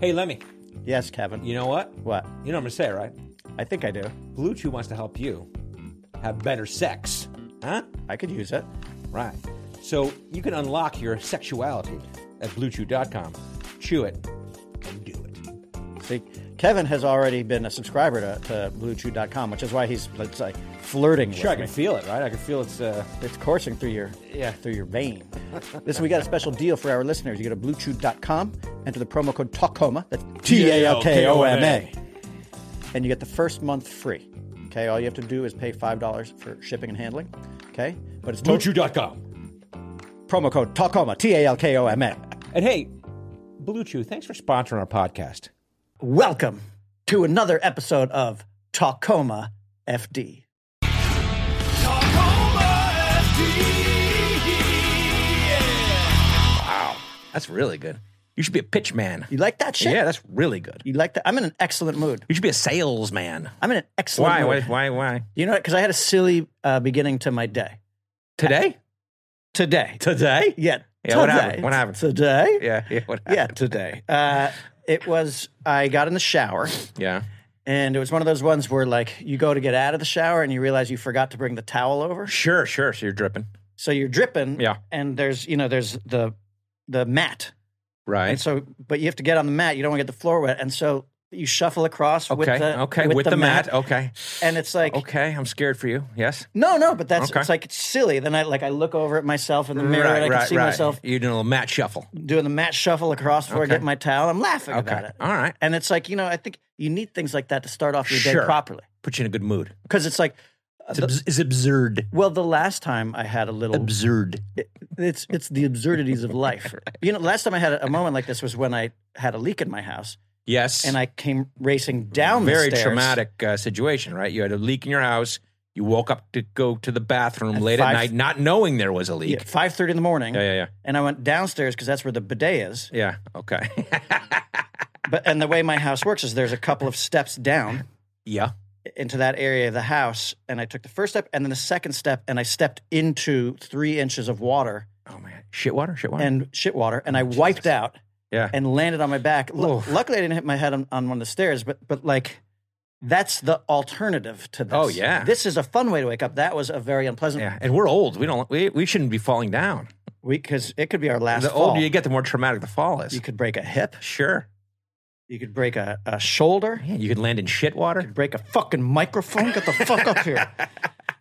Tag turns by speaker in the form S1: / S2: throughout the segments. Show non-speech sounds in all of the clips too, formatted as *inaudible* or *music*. S1: Hey, Lemmy,
S2: Yes, Kevin.
S1: you know what?
S2: What?
S1: You know what I'm going to say, right?
S2: I think I do.
S1: Blue Chew wants to help you have better sex. Huh?
S2: I could use it.
S1: Right. So you can unlock your sexuality at bluechew.com. Chew it and do it.
S2: See, Kevin has already been a subscriber to, to BlueChew.com, which is why he's it's like flirting
S1: Sure, I
S2: with
S1: can
S2: me.
S1: feel it, right? I can feel it's. Uh,
S2: It's coursing through your
S1: Yeah.
S2: through your vein. Listen, we got a special deal for our listeners. You go to BlueChew.com, enter the promo code Talkoma. That's T A L K O M A, and you get the first month free. Okay, all you have to do is pay five dollars for shipping and handling. Okay, but it's tot-
S1: bluechew.com.
S2: promo code Talkoma. T A L K O M A.
S1: And hey, Blue Chew, thanks for sponsoring our podcast.
S2: Welcome to another episode of Talkoma FD.
S3: That's really good. You should be a pitch man.
S2: You like that shit?
S3: Yeah, that's really good.
S2: You like that? I'm in an excellent mood.
S3: You should be a salesman.
S2: I'm in an excellent
S3: Why? Why?
S2: mood.
S3: Why? Why?
S2: You know what? Because I had a silly uh, beginning to my day.
S3: Today?
S2: Today.
S3: Today?
S2: yeah.
S3: Yeah, what
S2: today.
S3: happened? What happened?
S2: Today?
S3: Yeah. Yeah. What
S2: Yeah,
S3: happened?
S2: today. Uh, it was, I got in the shower,
S3: Yeah.
S2: and it was one of those ones where, like, you go to get out of the shower and you realize you forgot to bring the towel over.
S3: Sure. Sure. So you're dripping.
S2: So you're dripping.
S3: Yeah.
S2: And there's, you know, there's the, the mat And
S3: Right.
S2: so, but you have to get on the mat. You don't want to get the floor wet. And so you shuffle across with
S3: okay.
S2: the
S3: okay. With, the, mat. Okay.
S2: And it's like,
S3: Okay. I'm scared for you. Yes.
S2: no, no, but that's
S3: Okay.
S2: it's like it's silly. Then I like I look over at myself in the mirror and I can see myself
S3: You're doing a little mat shuffle.
S2: doing the mat shuffle across before
S3: Okay.
S2: I get my towel. I'm laughing about
S3: Okay.
S2: it.
S3: All right.
S2: And it's like, you know, I think you need things like that to start off your
S3: Sure.
S2: day properly.
S3: Put you in a good mood.
S2: Because it's like,
S3: It's, abs- it's absurd.
S2: well, the last time I had a little
S3: Absurd.
S2: it- it's it's the absurdities
S3: *laughs*
S2: of life. You know, last time I had a, a moment like this was when I had a leak in my house
S3: Yes.
S2: and I came racing down
S3: very
S2: the stairs.
S3: traumatic uh, situation, right? You had a leak in your house. You woke up to go to the bathroom late at
S2: five-
S3: night, not knowing there was a leak.
S2: Yeah, five thirty in the morning.
S3: Yeah, yeah, yeah.
S2: and I went downstairs because that's where the bidet is.
S3: Yeah. Okay. *laughs*
S2: But and the way my house works is there's a couple of steps down
S3: yeah.
S2: into that area of the house, and I took the first step and then the second step, and I stepped into three inches of water
S3: Oh man. Shit water. Shit water.
S2: and shit water, and I wiped out
S3: yeah.
S2: and landed on my back. Lu-
S3: Oh, Oof.
S2: luckily, I didn't hit my head on, on one of the stairs, but but like. That's the alternative to this.
S3: Oh, yeah.
S2: this is a fun way to wake up. That was a very unpleasant
S3: yeah. And we're old. We don't. We, we shouldn't be falling down.
S2: week because it could be our last
S3: the
S2: fall.
S3: older you get, the more traumatic the fall is.
S2: You could break a hip.
S3: sure.
S2: You could break a, a shoulder.
S3: Man, you could land in shit water.
S2: break a fucking microphone. Get the fuck up here.
S3: *laughs*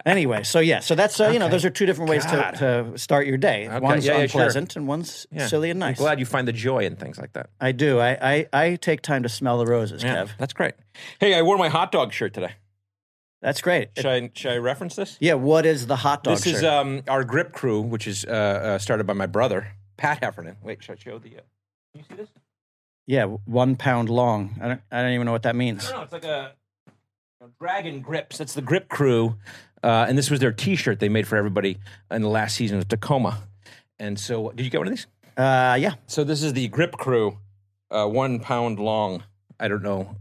S2: Anyway, so yeah, so that's uh, you know those are two different ways
S3: God.
S2: to, to start your day.
S3: Okay,
S2: One's
S3: yeah, yeah, sure.
S2: unpleasant and one's
S3: Yeah.
S2: silly and nice.
S3: I'm glad you find the joy in things like that.
S2: I do. I, I I take time to smell the roses,
S3: Yeah,
S2: Kev.
S3: that's great. Hey, I wore my hot dog shirt today.
S2: That's great.
S3: Should I should I reference this?
S2: yeah. What is the hot dog?
S3: This is
S2: shirt?
S3: um, our grip crew, which is uh, uh, started by my brother Pat Heffernan. Wait, should I show the? Uh, you see this?
S2: yeah, one pound long. I don't I don't even know what that means.
S3: No, no, it's like a, a dragon grips. That's the grip crew, uh, and this was their T-shirt they made for everybody in the last season of Tacoma. And so, did you get one of these?
S2: Uh, yeah,
S3: So this is the grip crew, uh, one pound long. I don't know.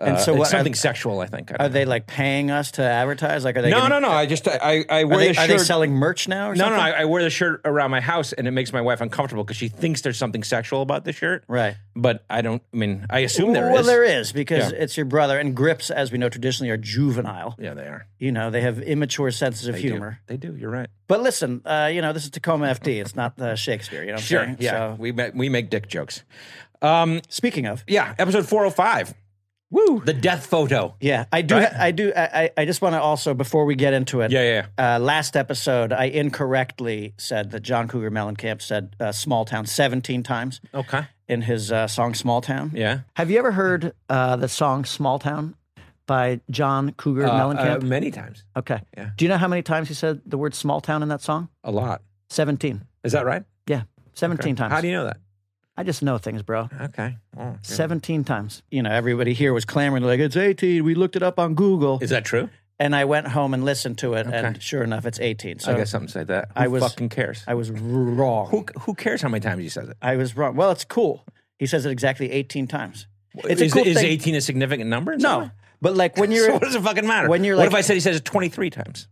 S3: Uh,
S2: And so
S3: it's
S2: what-
S3: something sexual, I think. I
S2: are
S3: don't
S2: they like paying us to advertise? Like, are they?
S3: know.
S2: getting-
S3: no, no, no. I just I I, I
S2: Are
S3: wear
S2: they,
S3: the
S2: are
S3: shirt.
S2: they selling merch now? Or
S3: no, no,
S2: something?
S3: I, I wear the shirt around my house, and it makes my wife uncomfortable because she thinks there's something sexual about the shirt.
S2: Right.
S3: But I don't. I mean, I assume there is.
S2: well, there is because it's your brother. And grips, as we know traditionally, are juvenile.
S3: Yeah, they are.
S2: You know, they have immature senses of
S3: They do.
S2: humor.
S3: They do. You're right.
S2: But listen, uh, you know, this is Tacoma FD. It's not uh, Shakespeare. You know what I'm
S3: Sure.
S2: saying?
S3: Yeah.
S2: So,
S3: We make, we make dick jokes. Um,
S2: speaking of,
S3: yeah. Episode 405. Woo. The death photo.
S2: yeah, I do.
S3: Right.
S2: I do. I, I- I just want to also, before we get into it,
S3: Yeah, yeah.
S2: Uh, last episode, I incorrectly said that John Cougar Mellencamp said uh, small town 17 times
S3: yeah. Okay.
S2: in his uh, song Small Town.
S3: Yeah.
S2: Have you ever heard uh, the song Small Town by John Cougar Mellencamp?
S3: many times.
S2: okay.
S3: Uh, yeah.
S2: Do you know how many times he said the word small town in that song?
S3: A lot.
S2: 17.
S3: Is that right?
S2: Yeah, 17 times.
S3: How do you know that?
S2: I just know things, bro.
S3: Okay. Oh, yeah.
S2: 17 times. You know, everybody here was clamoring, like, it's 18. We looked it up on Google.
S3: Is that true?
S2: and I went home and listened to it,
S3: Okay.
S2: and sure enough, it's 18. So
S3: I guess something said that. Who
S2: I was-
S3: fucking cares?
S2: I was wrong.
S3: who, who cares how many times he says it?
S2: I was wrong. Well, it's cool. He says it exactly 18 times. It's
S3: is,
S2: a cool
S3: is
S2: thing.
S3: 18 a significant number? in some
S2: No,
S3: way?
S2: but like
S3: *laughs*
S2: when
S3: So
S2: you're,
S3: what does it fucking matter?
S2: when you're
S3: what
S2: like-
S3: if I said he says it 23 times?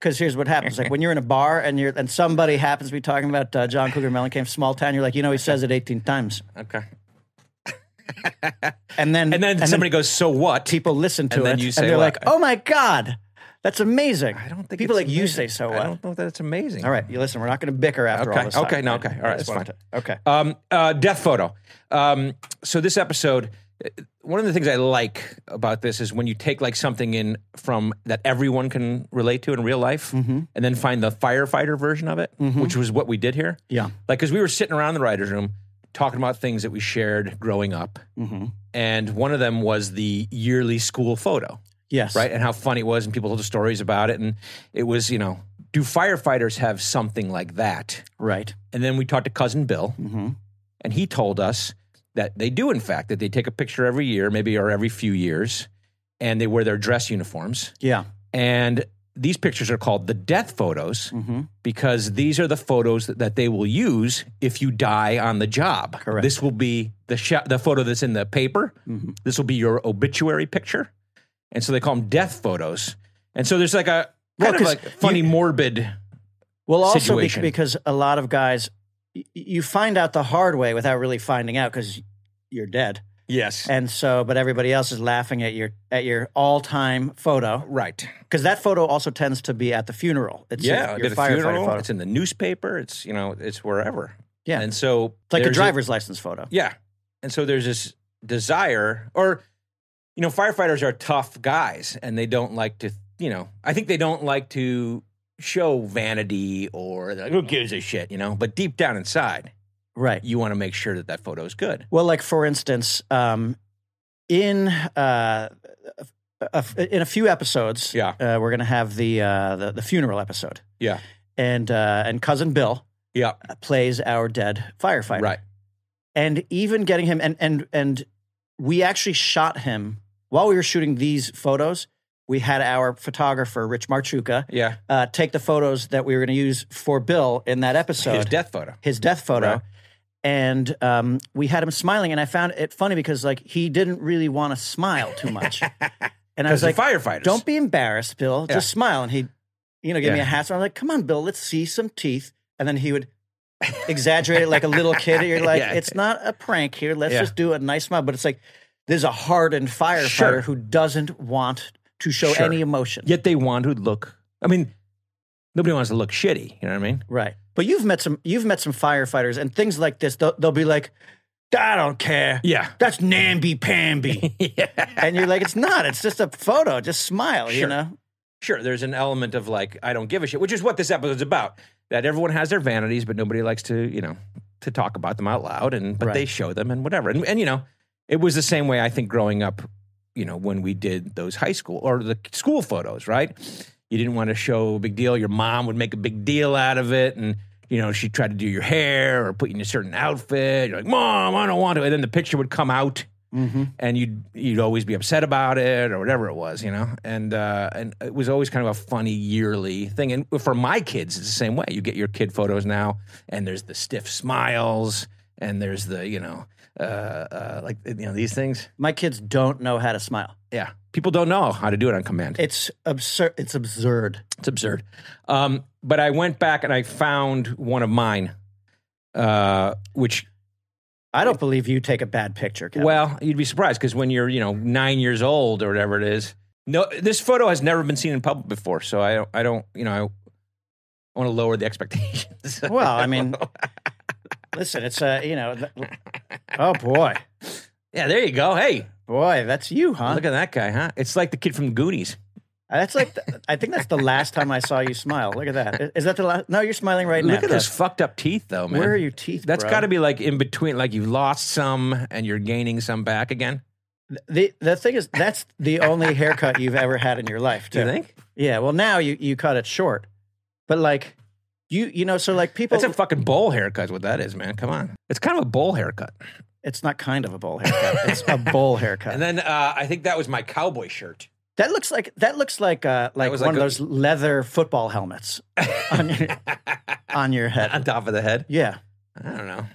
S2: because here's what happens. Like when you're in a bar and you're, and somebody happens to be talking about uh, John Cougar Mellencamp's Small Town, you're like, you know, he says it 18 times.
S3: Okay.
S2: And then
S3: And then somebody goes, "So what?"
S2: people listen to
S3: and
S2: it,
S3: then you say,
S2: and they're
S3: "Well,
S2: like, "Oh my god, that's amazing."
S3: I don't think
S2: people
S3: it's
S2: like you
S3: amazing.
S2: say so.
S3: I
S2: What?
S3: don't know that it's amazing.
S2: All right, you listen. We're not going to bicker after
S3: Okay,
S2: all this. time.
S3: okay, no, okay, all right,
S2: It's
S3: that's
S2: fine. Okay.
S3: Um, uh, death photo. Um, so this episode, uh, one of the things I like about this is when you take like something in from that everyone can relate to in real life, and then find the firefighter version of it, which was what we did here.
S2: Yeah.
S3: like because we were sitting around the writers' room talking about things that we shared growing up, and one of them was the yearly school photo
S2: Yes.
S3: right? And how funny it was, and people told the stories about it. And it was, you know, do firefighters have something like that?
S2: Right.
S3: And then we talked to cousin Bill,
S2: Mm-hmm.
S3: and he told us that they do, in fact, that they take a picture every year, maybe or every few years, and they wear their dress uniforms.
S2: Yeah.
S3: And these pictures are called the death photos
S2: Mm-hmm.
S3: because these are the photos that, that they will use if you die on the job.
S2: Correct. Mm-hmm.
S3: This will be the sh- the photo that's in the paper. This will be your obituary picture, and so they call them death photos. And so there's like a kind
S2: Well,
S3: of
S2: 'cause
S3: like funny morbid.
S2: Well, also be-
S3: situation.
S2: because a lot of guys, y- you find out the hard way without really finding out because you're dead,
S3: Yes.
S2: and so but everybody else is laughing at your at your all time photo
S3: Right.
S2: because that photo also tends to be at the funeral. It's
S3: Yeah.
S2: your,
S3: At
S2: your
S3: a
S2: firefighter
S3: funeral,
S2: photo.
S3: It's in the newspaper. It's you know it's wherever.
S2: Yeah.
S3: And so
S2: It's like a
S3: there's
S2: driver's license photo.
S3: Yeah. And so there's this desire, or, you know, firefighters are tough guys and they don't like to, you know, I think they don't like to show vanity or they're like, who gives a shit, you know? But deep down inside,
S2: Right.
S3: you want to make sure that that photo is good.
S2: Well, like for instance, um, in uh, a, a- in a few episodes,
S3: Yeah.
S2: uh, we're gonna have the, uh, the the funeral episode,
S3: Yeah.
S2: and uh, and cousin Bill
S3: Yeah.
S2: plays our dead firefighter,
S3: Right.
S2: and even getting him and and and we actually shot him while we were shooting these photos. We had our photographer Rich Marchuka
S3: Yeah.
S2: uh, take the photos that we were going to use for Bill in that episode
S3: His death photo.
S2: his death photo
S3: Right.
S2: and um, we had him smiling and i found it funny because like he didn't really want to smile too much
S3: *laughs*
S2: and i
S3: Because
S2: was like
S3: the firefighters.
S2: don't be embarrassed bill
S3: Yeah.
S2: just smile and he you know give me
S3: Yeah.
S2: a hat so i'm like come on bill let's see some teeth and then he would exaggerate it like a little kid you're like
S3: Yeah.
S2: it's not a prank here let's
S3: Yeah.
S2: just do a nice smile but it's like there's a hardened firefighter
S3: Sure.
S2: who doesn't want to show
S3: Sure.
S2: any emotion
S3: Yet they want to look, I mean, nobody wants to look shitty. You know what I mean?
S2: Right. But you've met some you've met some firefighters and things like this. They'll, they'll be like, I don't care.
S3: Yeah.
S2: That's namby pamby.
S3: *laughs* yeah.
S2: *laughs* and you're like, it's not. It's just a photo. Just smile. You
S3: Sure.
S2: know.
S3: sure, there's an element of like, I don't give a shit, which is what this episode's about. That everyone has their vanities, but nobody likes to, you know, to talk about them out loud and but
S2: Right.
S3: they show them and whatever. And and you know, it was the same way I think growing up, you know, when we did those high school or the school photos, right? You didn't want to show a big deal. Your mom would make a big deal out of it and you know, she tried to do your hair or put you in a certain outfit. You're like, Mom, I don't want to. And then the picture would come out
S2: Mm-hmm.
S3: and you'd you'd always be upset about it or whatever it was, you know. And uh, and it was always kind of a funny yearly thing. And for my kids, it's the same way. You get your kid photos now, and there's the stiff smiles, and there's the you know, uh, uh, like you know these things.
S2: My kids don't know how to smile.
S3: Yeah, people don't know how to do it on command.
S2: It's absurd. It's absurd.
S3: It's absurd. Um, but I went back and I found one of mine, uh, which
S2: I don't believe you take a bad picture. Kevin.
S3: Well, you'd be surprised because when you're, you know, nine years old or whatever it is, no, this photo has never been seen in public before. So I don't, I don't, you know, I want to lower the *laughs* expectations.
S2: Well, I
S3: *laughs*
S2: mean, listen. It's a you know. th- oh boy,
S3: yeah, there you go. Hey,
S2: boy, that's you, huh?
S3: look at that guy, huh? It's like the kid from the Goonies.
S2: That's like the, I think that's the last time I saw you smile. Look at that. Is- Is that the last? No, you're smiling right now.
S3: Look at
S2: Kev.
S3: those fucked up teeth, though, man.
S2: Where are your teeth?
S3: That's
S2: bro?
S3: got to be like in between, like you've lost some and you're gaining some back again.
S2: the the thing is that's the only haircut you've ever had in your life.
S3: Do
S2: Too.
S3: you think?
S2: Yeah. Well, now you you cut it short, but like you you know so like people
S3: That's
S2: *laughs*
S3: a fucking bowl haircut, is what that is, man. Come on. It's kind of a bowl haircut.
S2: it's not kind of a bowl haircut. *laughs* it's a bowl haircut.
S3: And then uh, I think that was my cowboy shirt.
S2: that looks like that looks like uh like one
S3: was like
S2: of
S3: a-
S2: those leather football helmets on your on your
S3: On
S2: head.
S3: top of the head.
S2: Yeah.
S3: I don't know.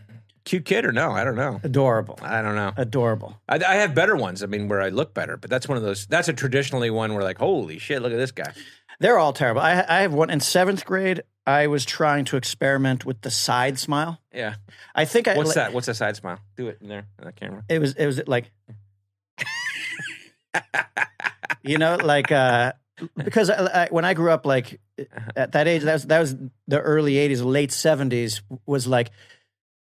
S3: cute kid or no? I don't know.
S2: Adorable.
S3: I don't know.
S2: Adorable.
S3: I, I have better ones. I mean, where I look better, but that's one of those. That's a traditionally one where like, holy shit, look at this guy.
S2: They're all terrible. I, I have one in seventh grade. I was trying to experiment with the side smile.
S3: Yeah.
S2: I think I
S3: What's
S2: like-
S3: that? What's that side smile? Do it in there in the *laughs* camera.
S2: It was it was like you know like uh because I, I, when I grew up like
S3: Uh-huh.
S2: at that age that was that was the early 80s late 70s was like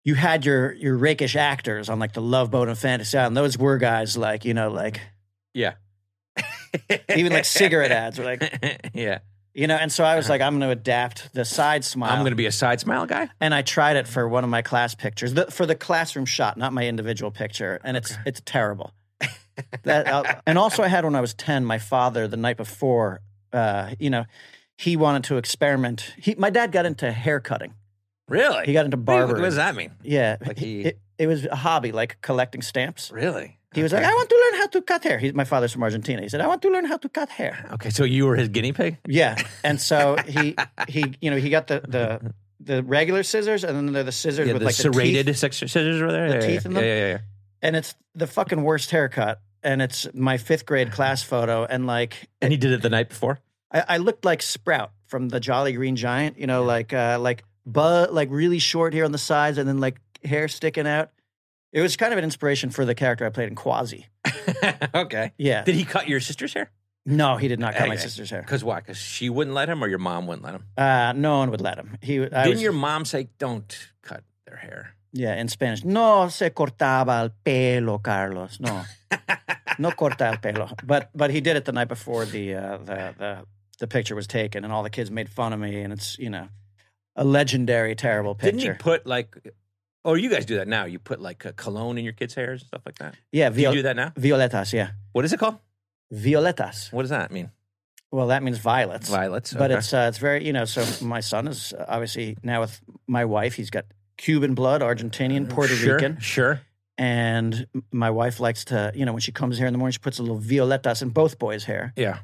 S2: you had your your rakish actors on like the Love Boat and Fantasy Island those were guys like you know like
S3: Yeah.
S2: even like cigarette ads were like
S3: *laughs* yeah.
S2: you know and so I was like I'm going to adapt the side smile
S3: I'm gonna be a side smile guy.
S2: and I tried it for one of my class pictures, the, for the classroom shot, not my individual picture, and it's it's
S3: *laughs*
S2: terrible. that, uh, and also, I had when I was ten. My father, the night before, uh, you know, he wanted to experiment. He, my dad got into hair cutting.
S3: Really?
S2: He got into
S3: What
S2: barbering.
S3: does that mean?
S2: Yeah,
S3: Like he-
S2: it, it was a hobby, like collecting stamps.
S3: Really?
S2: He was like, "I want to learn how to cut hair." He, my father's from Argentina. He said, "I want to learn how to cut hair."
S3: Okay, so you were his guinea pig?
S2: Yeah, and so he he you know he got the the the regular scissors, and then they're the scissors
S3: Yeah,
S2: with
S3: the
S2: like the teeth.
S3: serrated scissors scissors were there?
S2: The
S3: yeah, yeah,
S2: teeth in
S3: yeah,
S2: them?
S3: yeah, yeah, yeah.
S2: and it's the fucking worst haircut. And it's my fifth
S3: *laughs*
S2: grade class photo, and like
S3: And he did it the night before? *laughs*
S2: I, I looked like Sprout from the Jolly Green Giant, you know, like uh, like but like really short here on the sides, and then like hair sticking out. It was kind of an inspiration for the character I played in Quasi.
S3: okay.
S2: Yeah,
S3: Did he cut your sister's hair?
S2: no, he did not cut my
S3: Okay.
S2: sister's hair.
S3: Because why? Because she wouldn't let him or your mom wouldn't let him?
S2: Uh, no one would let him. He I
S3: Didn't
S2: was,
S3: your mom say, don't cut their hair?
S2: yeah in Spanish. No se cortaba el pelo, Carlos. No, no corta el pelo. But but he did it the night before the uh, the the the picture was taken, and all the kids made fun of me, and it's you know a legendary terrible
S3: Didn't
S2: picture.
S3: he put like, or you guys do that now? You put like a cologne in your kids' hairs and stuff like that?
S2: yeah,
S3: Do you
S2: Viol-
S3: do that now?
S2: violetas. Yeah,
S3: What is it called?
S2: violetas.
S3: What does that mean?
S2: Well, that means violets.
S3: Violets.
S2: But
S3: okay.
S2: it's uh, it's very you know. So my son is uh, obviously now with my wife. He's got Cuban blood, Argentinian, Puerto
S3: Uh, Sure,
S2: Rican,
S3: Sure.
S2: and m- my wife likes to you know when she comes here in the morning, she puts a little violetas in both boys' hair.
S3: Yeah.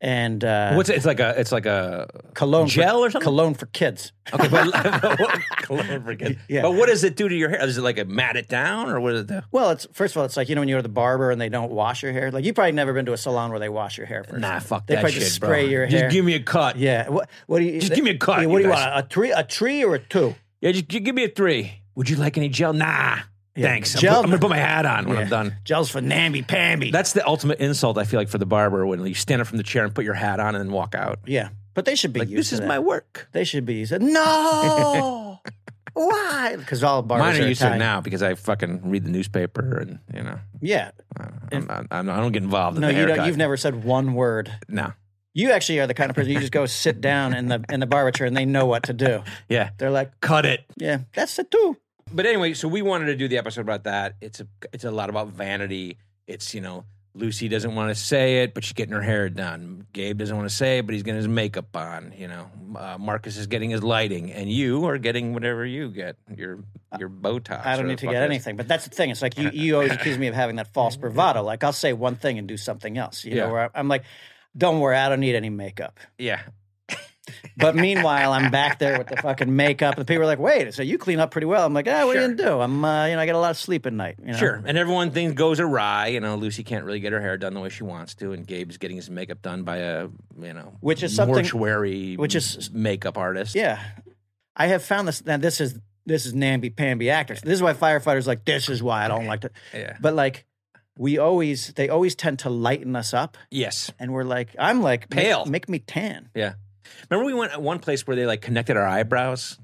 S2: And uh,
S3: What's it? It's like a, it's like a,
S2: cologne
S3: gel
S2: for,
S3: or something?
S2: Cologne for kids.
S3: Okay, *laughs* but, but what, cologne for *laughs* kids.
S2: Yeah.
S3: But what does it do to your hair? Does it like mat it down, or what does it do?
S2: Well, it's first of all, it's like you know when you go to the barber and they don't wash your hair. Like you probably never been to a salon where they wash your hair first.
S3: Nah, fuck
S2: They
S3: that
S2: probably
S3: shit,
S2: just
S3: bro.
S2: spray your hair.
S3: Just give me a cut. Yeah,
S2: yeah. What? What do you?
S3: Just give me a cut,
S2: Yeah, what
S3: you
S2: do you
S3: guys.
S2: want? A tree? A tree or a two?
S3: just, just give me a three. Would you like any gel? Nah, thanks. I'm
S2: Gel-
S3: put- I'm, gonna put my hat on when I'm done.
S2: Gels for namby pamby.
S3: That's the ultimate insult I feel like for the barber when you stand up from the chair and put your hat on and then walk out.
S2: yeah, but they should be used
S3: This
S2: to
S3: is
S2: that.
S3: my work.
S2: They should be used. To,
S3: *laughs*
S2: no. Why? Because all barbers
S3: Mine are used to it
S2: Italian.
S3: now because I fucking read the newspaper and you know
S2: Yeah.
S3: I'm, not- I'm, not- I don't get involved in
S2: No,
S3: the
S2: you don't,
S3: haircut.
S2: you've never said one word.
S3: no,
S2: You actually are the kind of person you just go sit down in the in the barber chair and they know what to do.
S3: yeah,
S2: They're like,
S3: cut it.
S2: yeah, that's the two.
S3: But anyway, so we wanted to do the episode about that. It's a it's a lot about vanity. It's you know Lucy doesn't want to say it, but she's getting her hair done. Gabe doesn't want to say it, but he's getting his makeup on. You know, uh, Marcus is getting his lighting, and you are getting whatever you get your your Botox.
S2: I
S3: or
S2: don't need to
S3: fuck
S2: get
S3: is.
S2: anything. But that's the thing. It's
S3: *laughs*
S2: like you, you always accuse me of having that false bravado. Like I'll say one thing and do something else. You
S3: Yeah.
S2: know, where I- I'm like, don't worry, I don't need any makeup.
S3: Yeah,
S2: But meanwhile, I'm back there with the fucking makeup, and people are like, "Wait, so you clean up pretty well?" I'm like, "Ah, what do
S3: Sure.
S2: you do? I'm, uh, you know, I get a lot of sleep at night." You know?
S3: sure. And everyone things goes awry. You know, Lucy can't really get her hair done the way she wants to, and Gabe's getting his makeup done by a you know
S2: Which is something-
S3: mortuary
S2: which is-
S3: makeup artist.
S2: Yeah, I have found this. Now this is this is namby pamby actors. This is why firefighters like this is why I don't like to.
S3: yeah.
S2: But like, we always they always tend to lighten us up,
S3: Yes.
S2: and we're like, I'm like make-
S3: Pale.
S2: make me tan.
S3: Yeah. Remember we went at one place where they like connected our eyebrows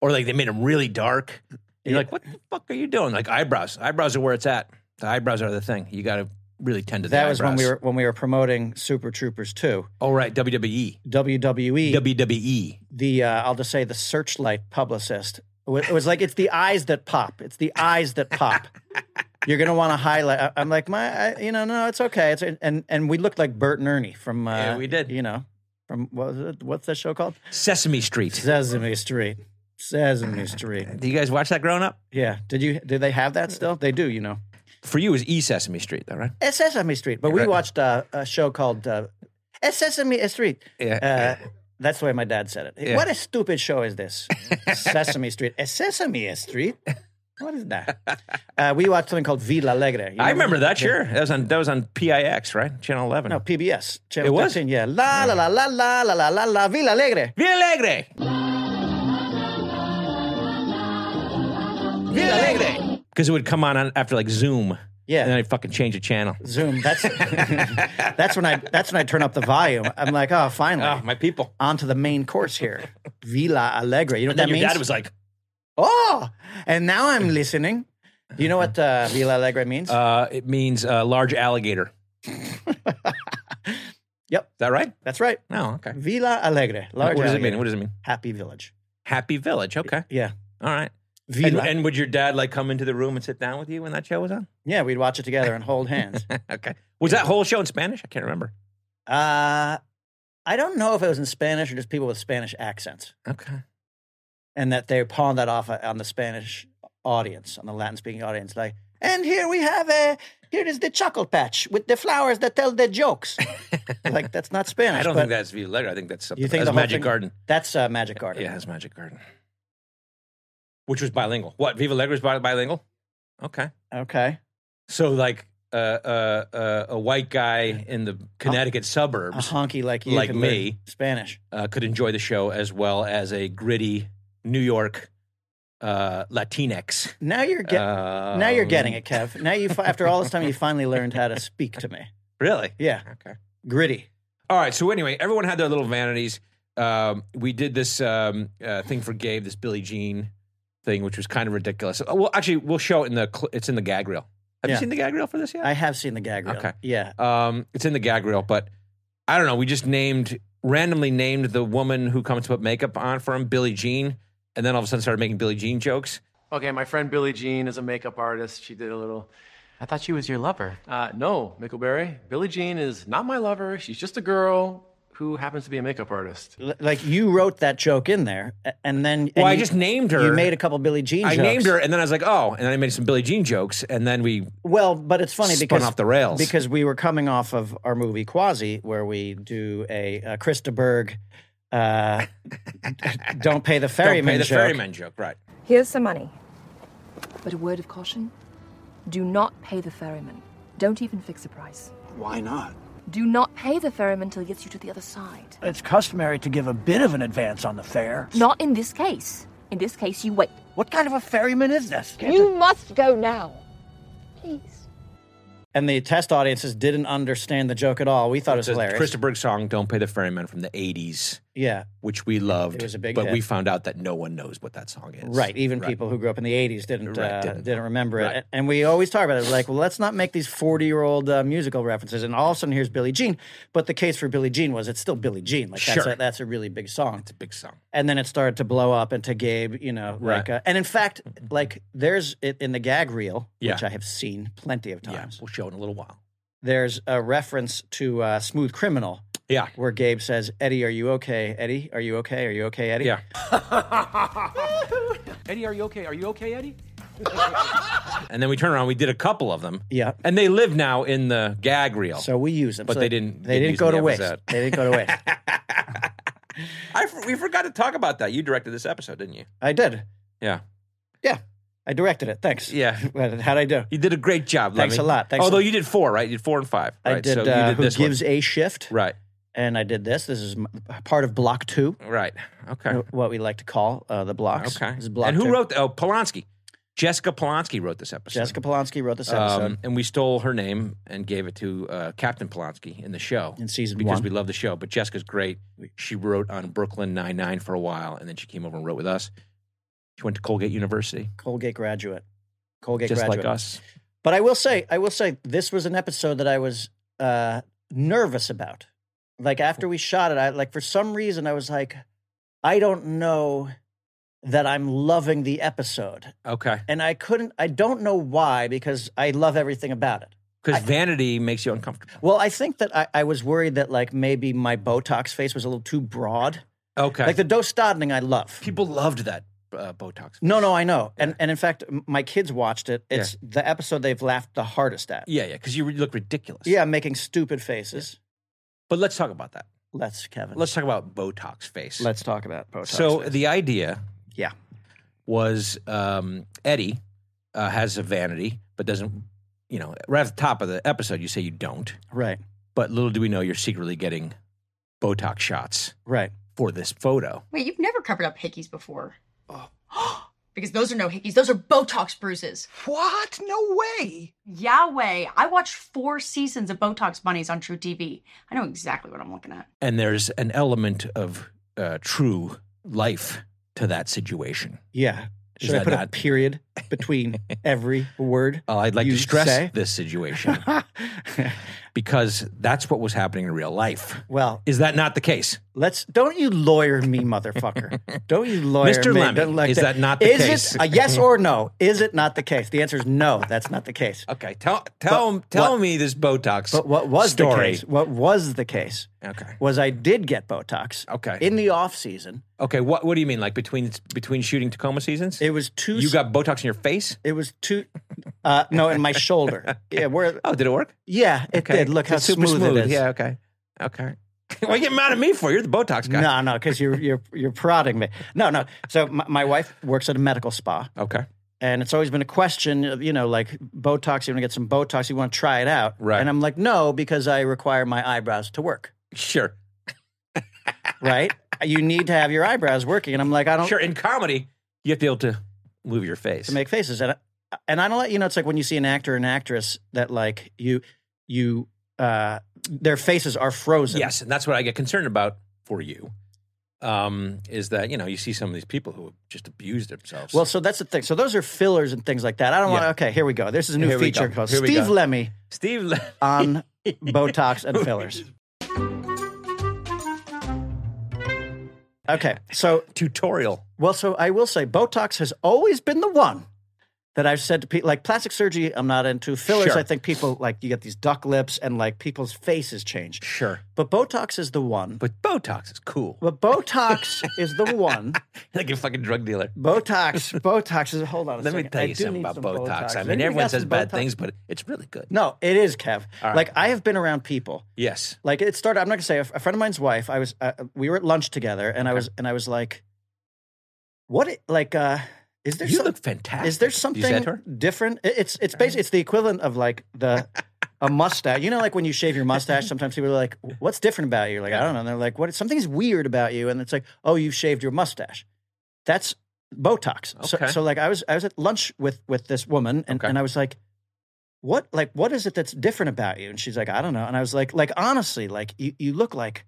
S3: or like they made them really dark. And you're
S2: Yeah.
S3: like, what the fuck are you doing? Like eyebrows. Eyebrows are where it's at. The eyebrows are the thing. You got to really tend to the
S2: That was when we
S3: eyebrows.
S2: were when we were promoting Super Troopers 2.
S3: Oh, right. WWE.
S2: WWE,
S3: WWE.
S2: E, the uh, I'll just say the searchlight publicist. It was, it was like it's the eyes that pop. It's the eyes
S3: *laughs*
S2: that pop. You're gonna want to highlight. I- I'm like my, I, you know, no, it's okay. It's and and we looked like Bert and Ernie from. Uh,
S3: Yeah, we did.
S2: You know, from what was it, what's that show called?
S3: Sesame Street.
S2: Sesame Street. Sesame Street.
S3: Do you guys watch that growing up?
S2: Yeah. Did you? Did they have that still? They do. You know.
S3: For you, it was E Sesame Street, though, right?
S2: It's Sesame Street. But we
S3: Right.
S2: watched uh, a show called uh, It's Sesame Street.
S3: Yeah.
S2: Uh, that's the way my dad said it.
S3: Yeah.
S2: What a stupid show is this? Sesame Street. It's Sesame Street. What is that? uh, we watched something called Vila Alegre. You
S3: I remember that, sure. That was on that was on PIX, right? Channel eleven.
S2: No, PBS. Channel
S3: It was?
S2: 13, yeah. La, la, la, la, la, la, la, la, la, Vila Alegre.
S3: Villa Alegre. Villa Alegre. Because it would come on, on after like Zoom.
S2: Yeah.
S3: And then I fucking change the channel.
S2: Zoom. That's that's when I that's when I turn up the volume. I'm like, oh, finally,
S3: Oh, my people.
S2: on to the main course here, Villa Alegre. You know
S3: And
S2: what
S3: then
S2: that
S3: your
S2: means?
S3: dad was like,
S2: oh, and now
S3: *laughs*
S2: I'm listening. Do you know what uh, Villa Alegre means?
S3: uh, it means uh, large alligator.
S2: *laughs* Yep.
S3: Is that right?
S2: that's right,
S3: No, okay.
S2: Villa Alegre. Large
S3: what does it
S2: alligator.
S3: mean? What does it mean?
S2: Happy village.
S3: Happy Village. Okay.
S2: Yeah,
S3: All right. And,
S2: Villa.
S3: and would your dad like come into the room and sit down with you when that show was on? *laughs*
S2: yeah, we'd watch it together and hold hands.
S3: okay. Was that whole show in Spanish? I can't remember.
S2: uh, I don't know if it was in Spanish or just people with Spanish accents,
S3: Okay.
S2: and that they pawned that off uh, on the Spanish audience, on the Latin speaking audience, like. And here we have a here is the chocolate patch with the flowers that tell the
S3: *laughs*
S2: jokes. like that's not Spanish.
S3: I don't
S2: but
S3: think that's Villa Alegre. I think that's something.
S2: You think
S3: that's
S2: the whole
S3: Magic
S2: thing-
S3: Garden.
S2: that's uh, Magic Garden.
S3: Yeah, it's Magic Garden. Which was bilingual. What? Viva Alegre was bi- bilingual? Okay.
S2: Okay.
S3: So, like, uh, uh, uh, a white guy in the Connecticut
S2: A
S3: suburbs
S2: honky like you,
S3: Like
S2: can learn
S3: me.
S2: Spanish.
S3: uh, could enjoy the show as well as a gritty New York uh, Latinx. Um,
S2: Now you're get, now you're getting it, Kev. Now you fi- after all this time you finally learned how to speak to me.
S3: Really?
S2: Yeah,
S3: Okay.
S2: gritty.
S3: All right. So anyway, everyone had their little vanities. Um, we did this um, uh, thing for Gabe, this Billie Jean thing, which was kind of ridiculous. Uh, Well, actually, we'll show it in the. Cl- it's in the gag reel. Have
S2: Yeah.
S3: you seen the gag reel for this yet?
S2: I have seen the gag reel.
S3: Okay.
S2: Yeah.
S3: Um, it's in the gag reel, but I don't know. We just named randomly named the woman who comes to put makeup on for him, Billie Jean, and then all of a sudden started making Billie Jean jokes.
S4: Okay, my friend Billie Jean is a makeup artist. She did a little.
S5: I thought she was your lover.
S4: Uh, no, Mickleberry. Billie Jean is not my lover. She's just a girl who happens to be a makeup artist.
S2: L- like you wrote that joke in there, a- and then and
S3: Well, I
S2: you-
S3: just named her.
S2: You made a couple Billy Jean.
S3: I
S2: jokes.
S3: named her, and then I was like, oh, and then I made some Billie Jean jokes, and then we
S2: Well, but it's funny
S3: Spun
S2: because
S3: off the rails.
S2: because we were coming off of our movie Quasi, where we do a, uh Krista Berg.
S3: *laughs*
S2: Uh, don't pay the
S3: don't
S2: ferryman.
S3: pay the
S2: joke.
S3: ferryman joke, right?
S6: Here's some money.
S7: But a word of caution do not pay the ferryman. Don't even fix a price.
S8: Why not?
S7: Do not pay the ferryman till he gets you to the other side.
S8: It's customary to give a bit of an advance on the fare.
S7: Not in this case. In this case, you wait.
S8: What kind of a ferryman is this?
S6: You must go now. Please.
S2: And the test audiences didn't understand the joke at all. We thought it was
S3: It's a
S2: hilarious.
S3: Christa Berg song, Don't Pay the Ferryman from the 80s,
S2: yeah.
S3: which we loved.
S2: It was a big
S3: But
S2: hit.
S3: we found out that no one knows what that song is.
S2: Right. Even people who grew up in the 80s didn't,
S3: Right,
S2: uh,
S3: didn't.
S2: didn't. remember
S3: Right.
S2: it. And we always talk about it. We're like, well, let's not make these 40 year old uh, musical references. And all of a sudden, here's Billie Jean. But the case for Billie Jean was it's still Billie Jean. Like, that's,
S3: Sure.
S2: a, that's a really big song.
S3: It's a big song.
S2: And then it started to blow up and to Gabe, you know. Like,
S3: Right.
S2: uh, and in fact, like, there's it in the gag reel,
S3: Yeah.
S2: which I have seen plenty of
S3: Yeah.
S2: times,
S3: We'll show it in a little while.
S2: there's a reference to uh, Smooth Criminal.
S3: Yeah.
S2: Where Gabe says, Eddie, are you okay? Eddie, are you okay? Are you okay, Eddie?
S3: Yeah.
S4: Eddie, are you okay? Are you okay, Eddie?
S3: And then we turn around, we did a couple of them.
S2: Yeah.
S3: And they live now in the gag reel.
S2: So we use them.
S3: But
S2: So
S3: they didn't-
S2: They
S3: didn't
S2: didn't,
S3: use
S2: go
S3: them
S2: to
S3: in the
S2: waste.
S3: episode.
S2: They didn't go to waste.
S3: *laughs* I, f- we forgot to talk about that. You directed this episode, didn't you?
S2: I did.
S3: Yeah.
S2: Yeah, I directed it. Thanks.
S3: Yeah.
S2: *laughs* Well, How'd I do?
S3: You did a great job,
S2: Thanks
S3: Lemmy.
S2: a lot. Thanks
S3: Although
S2: a-
S3: you did four, right? You did four and five. Right?
S2: I did,
S3: So you
S2: uh,
S3: did
S2: Who
S3: this
S2: Gives
S3: one.
S2: a Shift.
S3: Right.
S2: And I did this. This is m- part of Block 2,
S3: Right. Okay.
S2: what we like to call uh, the blocks.
S3: Okay.
S2: This is block
S3: and who
S2: two.
S3: wrote? Oh, Polanski. Jessica Polanski wrote this episode.
S2: Jessica Polanski wrote this episode.
S3: Um, and we stole her name and gave it to uh, Captain Polanski in the show
S2: In season
S3: because
S2: one.
S3: we love the show. But Jessica's great. She wrote on Brooklyn Nine Nine for a while, and then she came over and wrote with us. She went to Colgate University,
S2: Colgate graduate. Colgate
S3: just
S2: graduate.
S3: like us.
S2: But I will say, I will say, this was an episode that I was uh, nervous about. Like after we shot it, I like for some reason I was like, I don't know that I'm loving the episode,
S3: Okay,
S2: and I couldn't. I don't know why because I love everything about it.
S3: because vanity makes you uncomfortable.
S2: Well, I think that I, I was worried that like maybe my Botox face was a little too broad.
S3: Okay,
S2: Like the Dostodning, I love.
S3: people loved that uh, Botox.
S2: No, no, I know, and and in fact, m- my kids watched it. It's the episode they've laughed the hardest at.
S3: Yeah, yeah, because you re- look ridiculous.
S2: Yeah, I'm making stupid faces.
S3: but let's talk about that.
S2: Let's, Kevin.
S3: Let's talk about Botox face.
S2: Let's talk about Botox.
S3: so the idea
S2: yeah,
S3: was um, Eddie uh, has a vanity, but doesn't, you know, right at the top of the episode, you say you don't.
S2: Right.
S3: But little do we know, you're secretly getting Botox shots
S2: Right.
S3: for this photo.
S9: Wait, you've never covered up hickeys before.
S8: Oh.
S9: *gasps* because those are no hickeys, those are Botox bruises.
S8: What? No way.
S9: Yahweh, I watched four seasons of Botox Bunnies on True TV. I know exactly what I'm looking at.
S3: And there's an element of uh, true life to that situation.
S2: Yeah.
S3: Is
S2: Should I
S3: that
S2: put a
S3: not-
S2: period
S3: *laughs*
S2: between every word?
S3: Uh, I'd like
S2: you
S3: to stress
S2: say?
S3: this *laughs* situation because that's what was happening in real life.
S2: *laughs* well,
S3: Is that not the case?
S2: let's don't you lawyer
S3: *laughs*
S2: me, motherfucker. don't you lawyer
S3: Mr.
S2: me.
S3: Lemmy,
S2: Don't
S3: is that not the
S2: Is
S3: case?
S2: it a yes or
S3: *laughs*
S2: no? Is it not the case? The answer is no. That's not the case.
S3: Okay, tell tell tell me this Botox.
S2: But what was
S3: story?
S2: the case? What was the case?
S3: Okay,
S2: Was I did get Botox.
S3: Okay.
S2: In the off season,
S3: okay. What what do you mean? Like between between shooting Tacoma seasons,
S2: it was two.
S3: you got Botox in your face?
S2: It was two. Uh, no, in my
S3: *laughs*
S2: shoulder. Yeah, where?
S3: Oh, did it work?
S2: Yeah, it
S3: Okay,
S2: did. Look how
S3: It's super
S2: smooth, it is.
S3: Yeah, okay, okay. *laughs* Why are you getting mad at me for? You're the Botox guy.
S2: No, no, because you're you're you're prodding me. No, no. So my, my wife works at a medical spa,
S3: Okay,
S2: and it's always been a question. Of, you know, like Botox. You want to get some Botox? You want to try it out?
S3: Right.
S2: And I'm like, no, because I require my eyebrows to work.
S3: sure, *laughs*
S2: Right. you need to have your eyebrows working, and I'm like, I don't
S3: sure. In comedy, you have to be able to move your face.
S2: to make faces, and I, and I don't let you know. It's like when you see an actor or an actress that like you you uh their faces are frozen.
S3: Yes, and that's what I get concerned about for you. Um, is that you know you see some of these people who have just abused themselves.
S2: Well, so that's the thing. So those are fillers and things like that. I don't
S3: Yeah.
S2: want. to Okay, here we go. This is a new
S3: Here we go.
S2: feature called
S3: Here we
S2: Steve
S3: go.
S2: Lemmy
S3: Steve,
S2: on Botox and fillers. Okay, so
S3: *laughs* tutorial.
S2: well, so I will say Botox has always been the one that I've said to people like plastic surgery. I'm not into fillers.
S3: Sure.
S2: I think people like you get these duck lips and like people's faces change.
S3: Sure,
S2: But Botox is the one.
S3: but Botox is cool.
S2: But Botox is the one.
S3: *laughs* like a fucking drug dealer. *laughs*
S2: Botox. Botox is. Hold on. A
S3: Let
S2: second.
S3: me tell
S2: I
S3: you
S2: do
S3: something
S2: need
S3: about
S2: some
S3: Botox. I
S2: Does
S3: mean,
S2: anybody
S3: everyone
S2: got
S3: says
S2: some
S3: bad
S2: Botox?
S3: things, but it's really good.
S2: No, it is Kev.
S3: right.
S2: Like I have been around people.
S3: Yes.
S2: Like it started. I'm not gonna say a, a friend of mine's wife. I was. Uh, we were at lunch together, and I was. And I was like, "What? i- Like, uh, is there
S3: you
S2: some-
S3: look fantastic.
S2: is there
S3: You said to
S2: something
S3: her?
S2: different? It- It's it's basically it's the equivalent of like the a mustache. You know, like when you shave
S3: *laughs*
S2: your mustache, sometimes people are like, "What's different about you?" Like I don't know. And they're like, "What? Something's weird about you." And it's like, "Oh, you've shaved your mustache." That's Botox. So,
S3: Okay.
S2: so like I was I was at lunch with with this woman, and,
S3: Okay.
S2: and I was like. What like what is it that's different about you? And she's like, I don't know. And I was like, like honestly, like you, you look like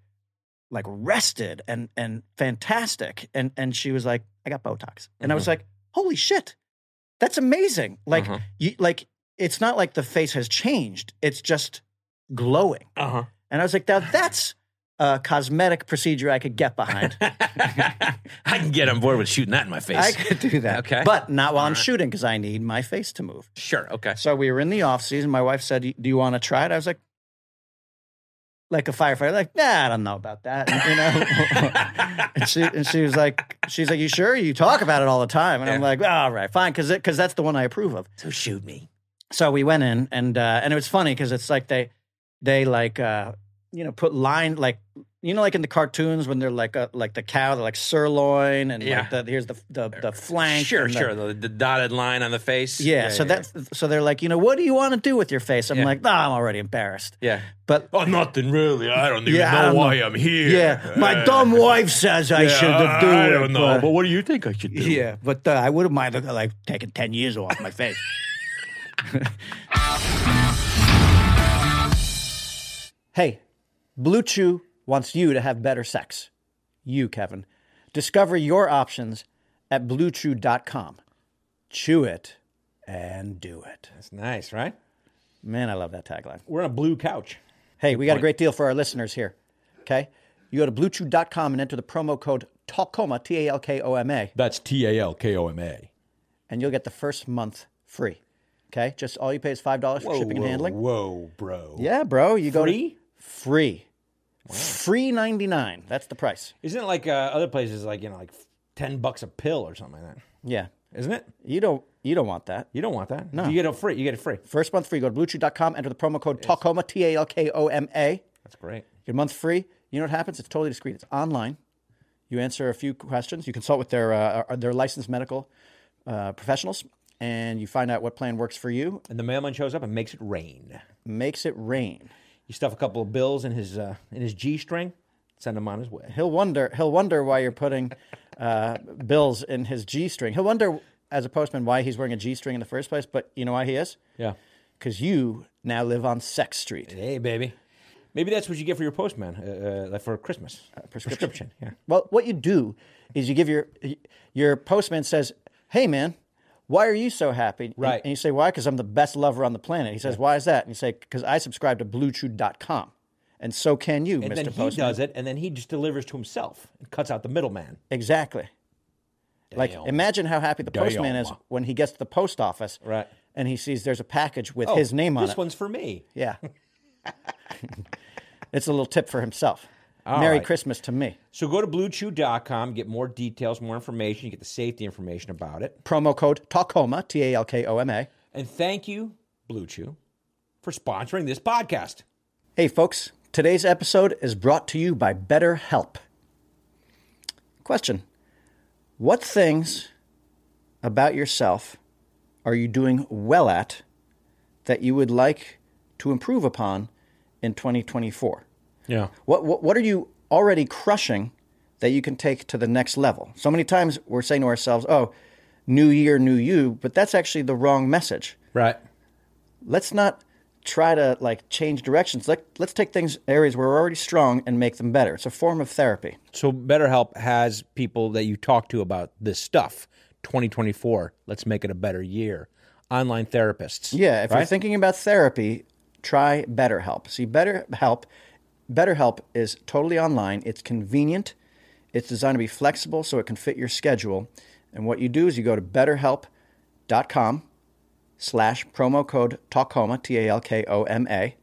S2: like rested and and fantastic. And and she was like, I got Botox. And I
S3: Mm-hmm.
S2: was like, holy shit, that's amazing. Like
S3: Mhm.
S2: you, like it's not like the face has changed; it's just glowing.
S3: Uh
S2: And I was like, now that's a cosmetic procedure I could get behind.
S3: huh. *laughs* I can get on board with shooting that in my face.
S2: I could do that,
S3: Okay.
S2: but not while I'm shooting because I need my face to move.
S3: sure. Okay.
S2: So we were in the off season. My wife said, "Do you want to try it?" I was like, "Like a firefighter." Like, nah, I don't know about that. You know. *laughs* and she and she was like, "She's like, you sure? You talk about it all the time." And I'm like, "All right, fine," because because that's the one I approve of.
S3: So shoot me.
S2: so we went in and uh and it was funny because it's like they they like uh you know put line like you know like in the cartoons when they're like uh like the cow they're like sirloin and
S3: Yeah. Uh,
S2: like the, here's the the, the flank
S3: Sure,
S2: and the-
S3: sure. The, the dotted line on the face.
S2: yeah, so that's so they're like you know what do you want to do with your face i'm
S3: Yeah.
S2: like no i'm already embarrassed
S3: Yeah.
S2: but
S3: Oh, nothing really. I don't even
S2: Yeah, I
S3: know
S2: don't
S3: why
S2: know.
S3: I'm here.
S2: yeah my
S3: Uh,
S2: dumb wife says i
S3: yeah,
S2: should
S3: I,
S2: do
S3: I
S2: it
S3: don't know. But,
S2: but-
S3: what do you think I should do?
S2: yeah but uh, i wouldn't mind like taking 10 years off
S3: *laughs*
S2: my face Hey, Blue Chew wants you to have better sex. You, Kevin. Discover your options at bluechew.com. Chew it and do it.
S1: That's nice, right?
S2: Man, I love that tagline.
S1: We're on a blue couch.
S2: Hey, we got a great deal for our listeners here. Okay? You go to bluechew.com and enter the promo code TALKOMA, T A L K O M A,
S1: That's T A L K O M A.
S2: and you'll get the first month free. Okay? Just all you pay is $5 for shipping and handling.
S1: Whoa, bro.
S2: Yeah, bro. You go to-
S1: Free?
S2: free. Free 99. That's the price.
S1: Isn't it like uh, other places, like, you know, like 10 bucks a pill or something like that?
S2: Yeah.
S1: Isn't it?
S2: You don't you don't want that.
S1: You don't want that. No. You get it free. You get it free.
S2: First month free. Go to bluechew.com, enter the promo code Talkoma, T A L K O M A.
S1: That's great.
S2: Get a month free. You know what happens? It's totally discreet. It's online. You answer a few questions. You consult with their, uh, uh, their licensed medical uh, professionals.
S10: and you find out what plan works for you.
S3: And the mailman shows up and makes it rain.
S10: Makes it rain.
S3: You stuff a couple of bills in his uh, in his G string, send him on his way.
S10: He'll wonder. He'll wonder why you're putting uh, bills in his G string. He'll wonder, as a postman, why he's wearing a G string in the first place. But you know why he is?
S3: Yeah.
S10: Because you now live on Sex Street.
S3: Hey, baby. Maybe that's what you get for your postman uh, uh, like for Christmas. prescription. Yeah.
S10: Well, what you do is you give your your postman says, "Hey, man." Why are you so happy? And-
S3: Right.
S10: And you say, why? Because I'm the best lover on the planet. He says, why is that? And you say, because I subscribe to BlueChew.com. And so can you,
S3: And
S10: Mr.
S3: then he
S10: Postman.
S3: does it, and then he just delivers to himself and cuts out the middleman.
S10: Exactly. Like imagine how happy the postman
S3: Damn.
S10: is when he gets to the post office,
S3: Right.
S10: And he sees there's a package with
S3: Oh,
S10: his name on
S3: This
S10: it.
S3: one's for me.
S10: Yeah, *laughs* it's a little tip for himself. Merry
S3: right.
S10: Christmas to me.
S3: So go to bluechew.com, get more details, more information, you get the safety information about it.
S10: Promo code Tacoma T A L K O M A.
S3: And thank you, Blue Chew, for sponsoring this podcast.
S10: Hey folks, today's episode is brought to you by BetterHelp. Question: What things about yourself are you doing well at that you would like to improve upon in 2024?
S3: Yeah.
S10: What, what what are you already crushing that you can take to the next level? So many times we're saying to ourselves, "Oh, new year, new you," but that's actually the wrong message.
S3: Right.
S10: Let's not try to like change directions. Let, let's take things areas where we're already strong and make them better. It's a form of therapy.
S3: So BetterHelp has people that you talk to about this stuff. 2024, let's make it a better year. Online therapists.
S10: Yeah, if you're thinking about therapy, try BetterHelp. See, BetterHelp, BetterHelp is totally online. It's convenient. It's designed to be flexible so it can fit your schedule. And what you do is you go to BetterHelp.com slash promo code Talkoma T A L K O M A,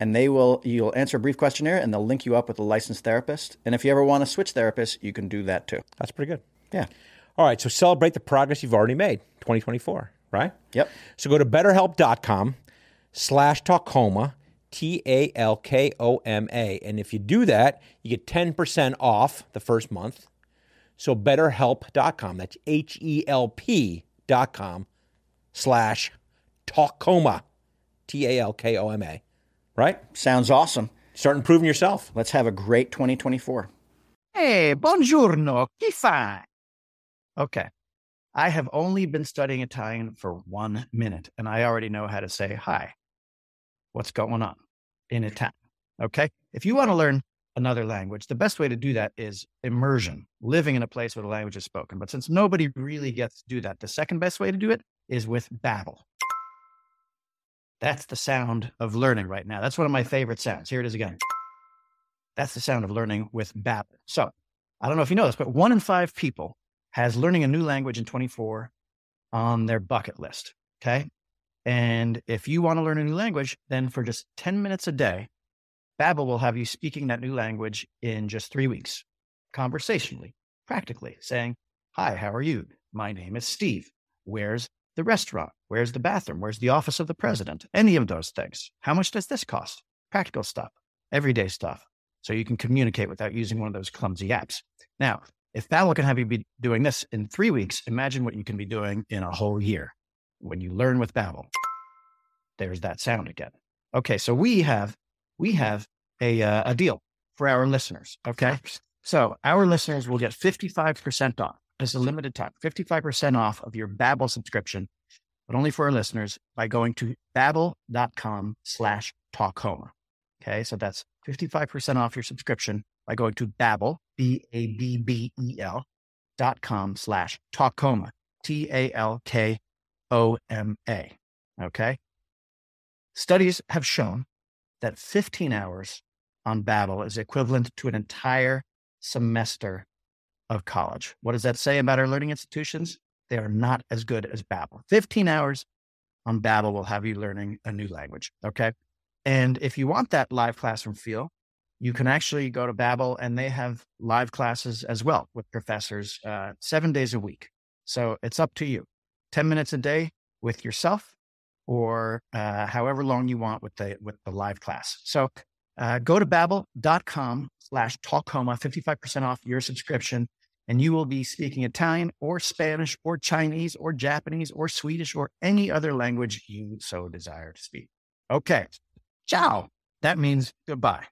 S10: and they will you'll answer a brief questionnaire and they'll link you up with a licensed therapist. And if you ever want to switch therapists, you can do that too.
S3: That's pretty good.
S10: Yeah.
S3: All right, so celebrate the progress you've already made, 2024, right?
S10: Yep.
S3: So go to betterhelp.com slash Tacoma, T A L K O M A. And if you do that, you get 10% off the first month. So betterhelp.com, that's H E L P.com slash Tacoma, T A L K O M A, right?
S10: Sounds awesome.
S3: Start improving yourself.
S10: Let's have a great 2024.
S2: Hey, buongiorno, chi fa? Okay. I have only been studying Italian for one minute and I already know how to say hi. What's going on in Italian? Okay. If you want to learn another language, the best way to do that is immersion, living in a place where the language is spoken. But since nobody really gets to do that, the second best way to do it is with Babbel. That's the sound of learning right now. That's one of my favorite sounds. Here it is again. That's the sound of learning with Babbel. So I don't know if you know this, but one in five people has learning a new language in 24 on their bucket list. Okay. And if you want to learn a new language, then for just 10 minutes a day, Babbel will have you speaking that new language in just three weeks, conversationally, practically, saying, Hi, how are you? My name is Steve. Where's the restaurant? Where's the bathroom? Where's the office of the president? Any of those things. How much does this cost? Practical stuff, everyday stuff so you can communicate without using one of those clumsy apps. Now, if Babbel can have you be doing this in three weeks, imagine what you can be doing in a whole year when you learn with Babbel. There's that sound again. Okay, so we have we have a uh, a deal for our listeners. Okay, so our listeners will get 55% off. This is a limited time, 55% off of your Babbel subscription, but only for our listeners by going to babbel.com slash talkhoma. Okay, so that's 55% off your subscription by going to Babbel, B-A-B-B-E-L E dot com slash Talkoma, T-A-L-K-O-M-A. Okay. Studies have shown that 15 hours on Babbel is equivalent to an entire semester of college. What does that say about our learning institutions? They are not as good as Babbel. 15 hours on Babbel will have you learning a new language. Okay. And if you want that live classroom feel, you can actually go to Babbel and they have live classes as well with professors uh, seven days a week. So it's up to you. 10 minutes a day with yourself or uh, however long you want with the, with the live class. So uh, go to babbel.com slash Talkoma, 55% off your subscription
S8: and you will be speaking Italian or Spanish or Chinese or Japanese or Swedish or any other language you so desire to speak. Okay. Ciao. That means goodbye.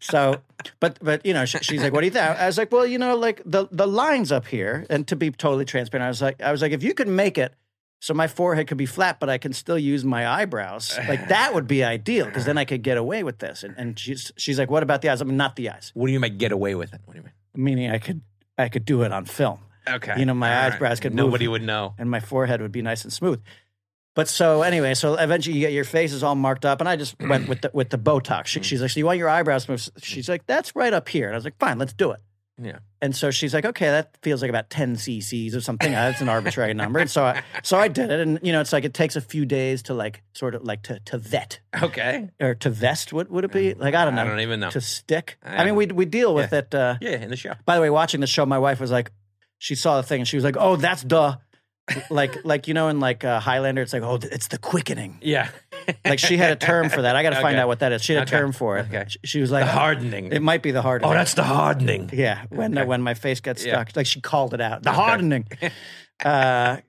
S2: So, but but you know, she, she's like, "What do you think?" I was like, "Well, you know, like the the lines up here." And to be totally transparent, I was like, "I was like, if you could make it so my forehead could be flat, but I can still use my eyebrows,
S8: *laughs*
S2: like that would be ideal because then I could get away with this." And, and she's she's like, "What about the eyes?" I'm not the eyes,
S3: What do you mean by get away with it? What do you mean?
S2: meaning I could I could do it on film,
S3: Okay.
S2: You know, my
S3: All right.
S2: eyebrows could move.
S3: Nobody would know.
S2: and my forehead would be nice and smooth. But so anyway, so eventually you get your faces all marked up, and I just went with the with the Botox.
S3: Mm-hmm.
S2: She, she's like, "So you want your eyebrows?" Moved? She's like, "That's right up here," and I was like, "Fine, let's do it."
S3: Yeah.
S2: And so she's like, "Okay, that feels like about ten cc's or something. That's an arbitrary number." And so I so I did it, and you know, it's like it takes a few days to like sort of like to to vet
S3: Okay. Um,
S2: or to vest. What would it be? Like I don't know.
S3: I don't even know.
S2: To stick.
S3: I
S2: I, mean, we we deal with it. Uh,
S3: yeah, in the show.
S2: by the way, watching the show, my wife was like, she saw the thing and she was like, "Oh, that's duh," like *laughs* like you know in like uh, Highlander, it's like, "Oh, it's the quickening."
S3: Yeah.
S2: Like she had a term for that. I got to find
S3: Okay.
S2: out what that is. She had
S3: Okay.
S2: a term for it.
S3: Okay.
S2: She, she was like, "Oh,
S3: hardening.
S2: It might be the hardening.
S3: oh, that's the hardening.
S2: yeah. When when my face got
S3: Yeah.
S2: stuck, like she called it out,
S3: *laughs*
S2: the hardening, because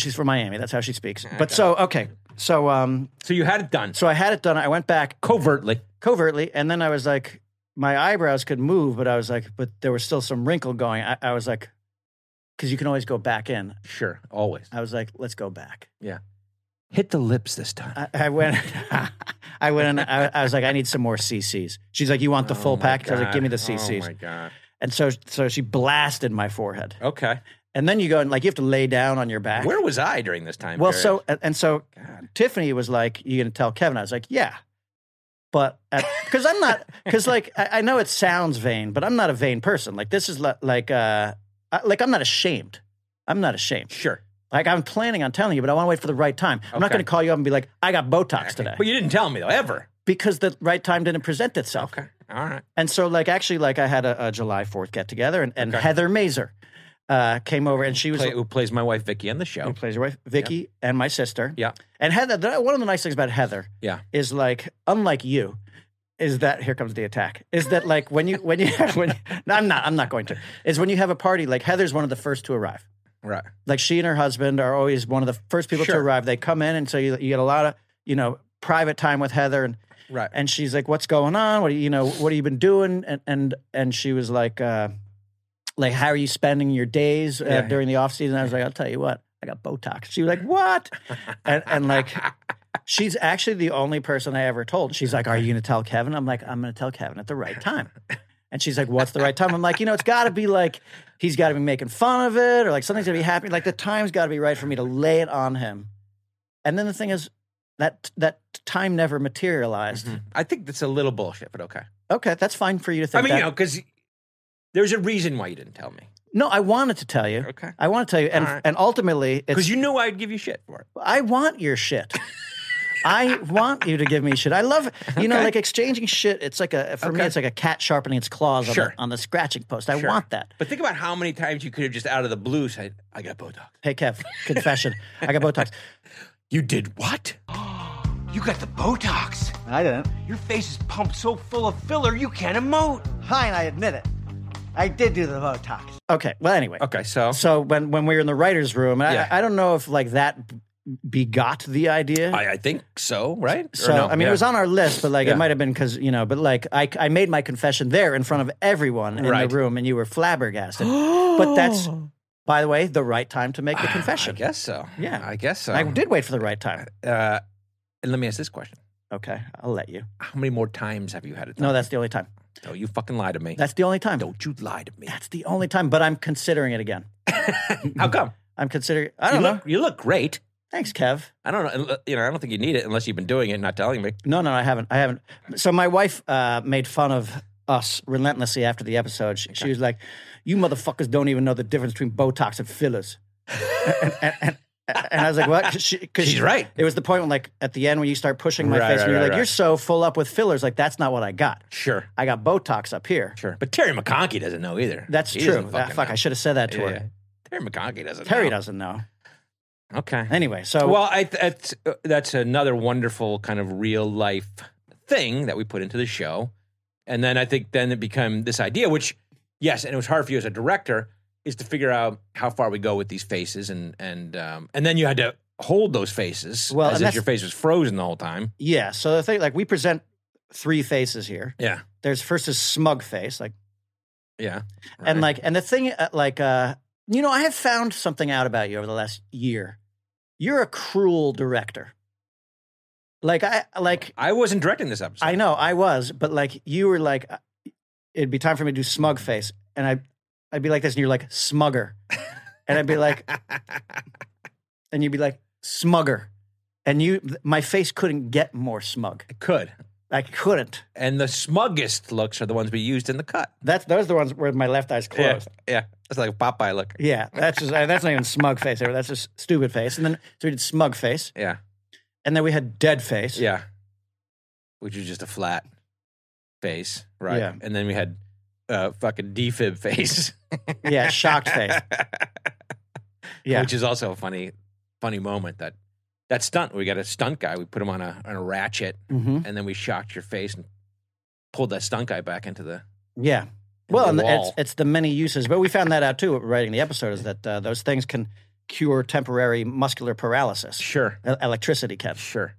S2: she's from Miami. That's how she speaks. But so okay, so um,
S3: So you had it done
S2: so I had it done. I went back
S3: covertly.
S2: covertly. And then I was like, my eyebrows could move, but I was like, but there was still some wrinkle going. I, I was like, because you can always go back in.
S3: Sure, always
S2: I was like, let's go back.
S3: hit the lips this time.
S2: I, I went, *laughs* I went, and I, I was like, I need some more CCs. She's like, you want the full package? I was like, give me the
S3: Oh
S2: CCs.
S3: my Oh god.
S2: and so, so she blasted my forehead.
S3: Okay.
S2: And then you go and like you have to lay down on your back.
S3: Where was I during this time?
S2: Well,
S3: period? *laughs*
S2: so and- and so
S3: God.
S2: Tiffany was like, "You gonna tell Kevin?" I was like, "Yeah," but
S3: *laughs*
S2: because I'm not because like I, I know it sounds vain, but I'm not a vain person. Like this is li- like uh I, like I'm not ashamed. I'm not ashamed.
S3: sure.
S2: Like I'm planning on telling you, but I want to wait for the right time. I'm not
S3: Okay.
S2: going to call you up and be like, "I got Botox today,"
S3: But you didn't tell me though ever.
S2: because the right time didn't present itself.
S3: Okay. All right.
S2: And so, like, actually, like I had a, a July Fourth get together, and, and
S3: Okay.
S2: Heather Mazer uh, came over, and she was
S3: Play, who plays my wife Vicky on the show?
S2: who plays your wife, Vicky, and my sister.
S3: Yeah.
S2: And Heather, the- one of the nice things about Heather
S3: Yeah.
S2: is like, unlike you, is that here comes the attack. Is that like when you when you *laughs* have when no, I'm not I'm not going to. Is when you have a party, like Heather's one of the first to arrive.
S3: Right.
S2: Like she and her husband are always one of the first people to
S3: Sure.
S2: arrive. They come in and so you, you get a lot of, you know, private time with Heather and
S3: Right.
S2: and she's like, "What's going on? What do you you know? What have you been doing?" And and and she was like, uh, "Like, how are you spending your days uh,
S3: Yeah.
S2: during the off season?" I was like, "I'll tell you what, I got Botox." She was like, "What?" and and like, she's actually the only person I ever told. She's like, "Are you going to tell Kevin?" I'm like, "I'm going to tell Kevin at the right time." And she's like, "What's the right time?" I'm like, "You know, it's got to be like he's got to be making fun of it, or like something's going to be happening. Like the time's got to be right for me to lay it on him." And then the thing is. That that time never materialized.
S3: I think that's a little bullshit, but okay.
S2: Okay, that's fine for you to think.
S3: Mm-hmm. I mean,
S2: that.
S3: you know, because there's a reason why you didn't tell me.
S2: no, I wanted to tell you.
S3: Okay.
S2: I want to tell you, and
S3: All right.
S2: and ultimately, it's
S3: Because you knew I'd give you shit for it.
S2: I want your shit. I want you to give me shit. I love you know,
S3: Okay.
S2: like exchanging shit. It's like a for me,
S3: Okay.
S2: it's like a cat sharpening its claws on,
S3: Sure.
S2: the, on the scratching post. I
S3: Sure.
S2: want that.
S3: But think about how many times you could have just out of the blue said, "I got Botox."
S2: Hey, Kev, confession. I
S11: *laughs*
S2: got Botox.
S3: You did what? *gasps*
S12: You got the Botox.
S8: I didn't.
S12: Your face is pumped so full of filler you can't emote.
S11: Fine, I admit it. I did do the Botox.
S2: Okay. Well, anyway.
S3: Okay, so
S2: So when when we were in the writers' room, and
S3: Yeah.
S2: I, I don't know if like that begot the idea.
S3: I, I think so, right? Or
S2: So
S3: no?
S2: I mean,
S3: Yeah.
S2: it was on our list, but like
S3: Yeah.
S2: it might have been because you know, but like I, I made my confession there in front of everyone in
S3: Right.
S2: the room, and you
S3: *gasps*
S2: were flabbergasted. but that's, by the way, the right time to make the
S3: Ah, I
S2: confession.
S3: guess so.
S2: Yeah.
S3: I guess so.
S2: I did wait for the right time.
S3: Uh, and let me ask this question:
S2: Okay, I'll let you.
S3: How many more times have you had it?
S2: No, that's the only time.
S3: no, you fucking lie to me.
S2: That's the only time.
S3: Don't you lie to
S2: *laughs*
S3: me?
S2: That's the only time. But I'm considering it again.
S3: How come?
S2: I'm considering. I don't
S3: you
S2: know.
S3: look you look great.
S2: Thanks, Kev.
S3: I don't know. You know, I don't think you need it unless you've been doing it and not telling me.
S2: No, no, I haven't. I haven't. So my wife uh, made fun of us relentlessly after the episode. She, she was like, "You motherfuckers don't even know the difference between Botox and fillers." and, and, and, and I was like, "What?" 'Cause she- 'cause
S3: She's
S2: she-
S3: right.
S2: It was the point when, like, at the end when you start pushing my
S3: Right,
S2: face,
S3: right,
S2: and you're
S3: right,
S2: like,
S3: right.
S2: "You're so full up with fillers." Like, that's not what I got.
S3: Sure,
S2: I got Botox up here.
S3: sure. But Terry McConkie doesn't know either.
S2: That's
S3: He
S2: true.
S3: doesn't
S2: Ah,
S3: fucking
S2: fuck,
S3: know.
S2: I should have said that to
S3: Yeah,
S2: her.
S3: yeah. Terry McConkie doesn't.
S2: Terry
S3: know.
S2: doesn't know.
S3: Okay.
S2: Anyway, so
S3: Well, I, that's uh, that's another wonderful kind of real life thing that we put into the show. And then I think then it became this idea, which yes, and it was hard for you as a director, is to figure out how far we go with these faces, and and um, and then you had to hold those faces,
S2: Well,
S3: well, as
S2: and
S3: if
S2: that's-
S3: your face was frozen the whole time.
S2: Yeah. So the thing, like, we present three faces here.
S3: Yeah,
S2: There's first is smug face, like,
S3: yeah,
S2: and like, and the thing, uh, like, uh, you know, I have found something out about you over the last year. You're a cruel director. Like I, like
S3: I wasn't directing this episode.
S2: I know I was, but like you were like, uh, it'd be time for me to do smug face, and I, I'd be like this, and you're like smugger, and I'd be like, and you'd be like smugger, and you, th- my face couldn't get more smug.
S3: I could.
S2: I couldn't.
S3: And the smuggest looks are the ones we used in the cut.
S2: That's those are the ones where my left eye's
S3: Yeah,
S2: closed.
S3: yeah. It's like a Popeye look.
S2: Yeah, that's just that's not even smug face. Ever. That's just stupid face. And then so we did smug face,
S3: Yeah,
S2: and then we had dead face.
S3: yeah. Which is just a flat face, right?
S2: Yeah.
S3: And then we had uh, fucking defib *laughs* face.
S2: yeah, shocked face.
S3: *laughs*
S2: Yeah,
S3: which is also a funny, funny moment that that stunt. We got a stunt guy. We put him on a on a ratchet,
S2: Mhm.
S3: and then we shocked your face and pulled that stunt guy back into the.
S2: yeah. Well, and
S3: the
S2: it's
S3: wall.
S2: it's the many uses, but we found that out too. Writing the episode is that uh, those things can cure temporary muscular paralysis.
S3: Sure,
S2: E- Electricity can.
S3: sure.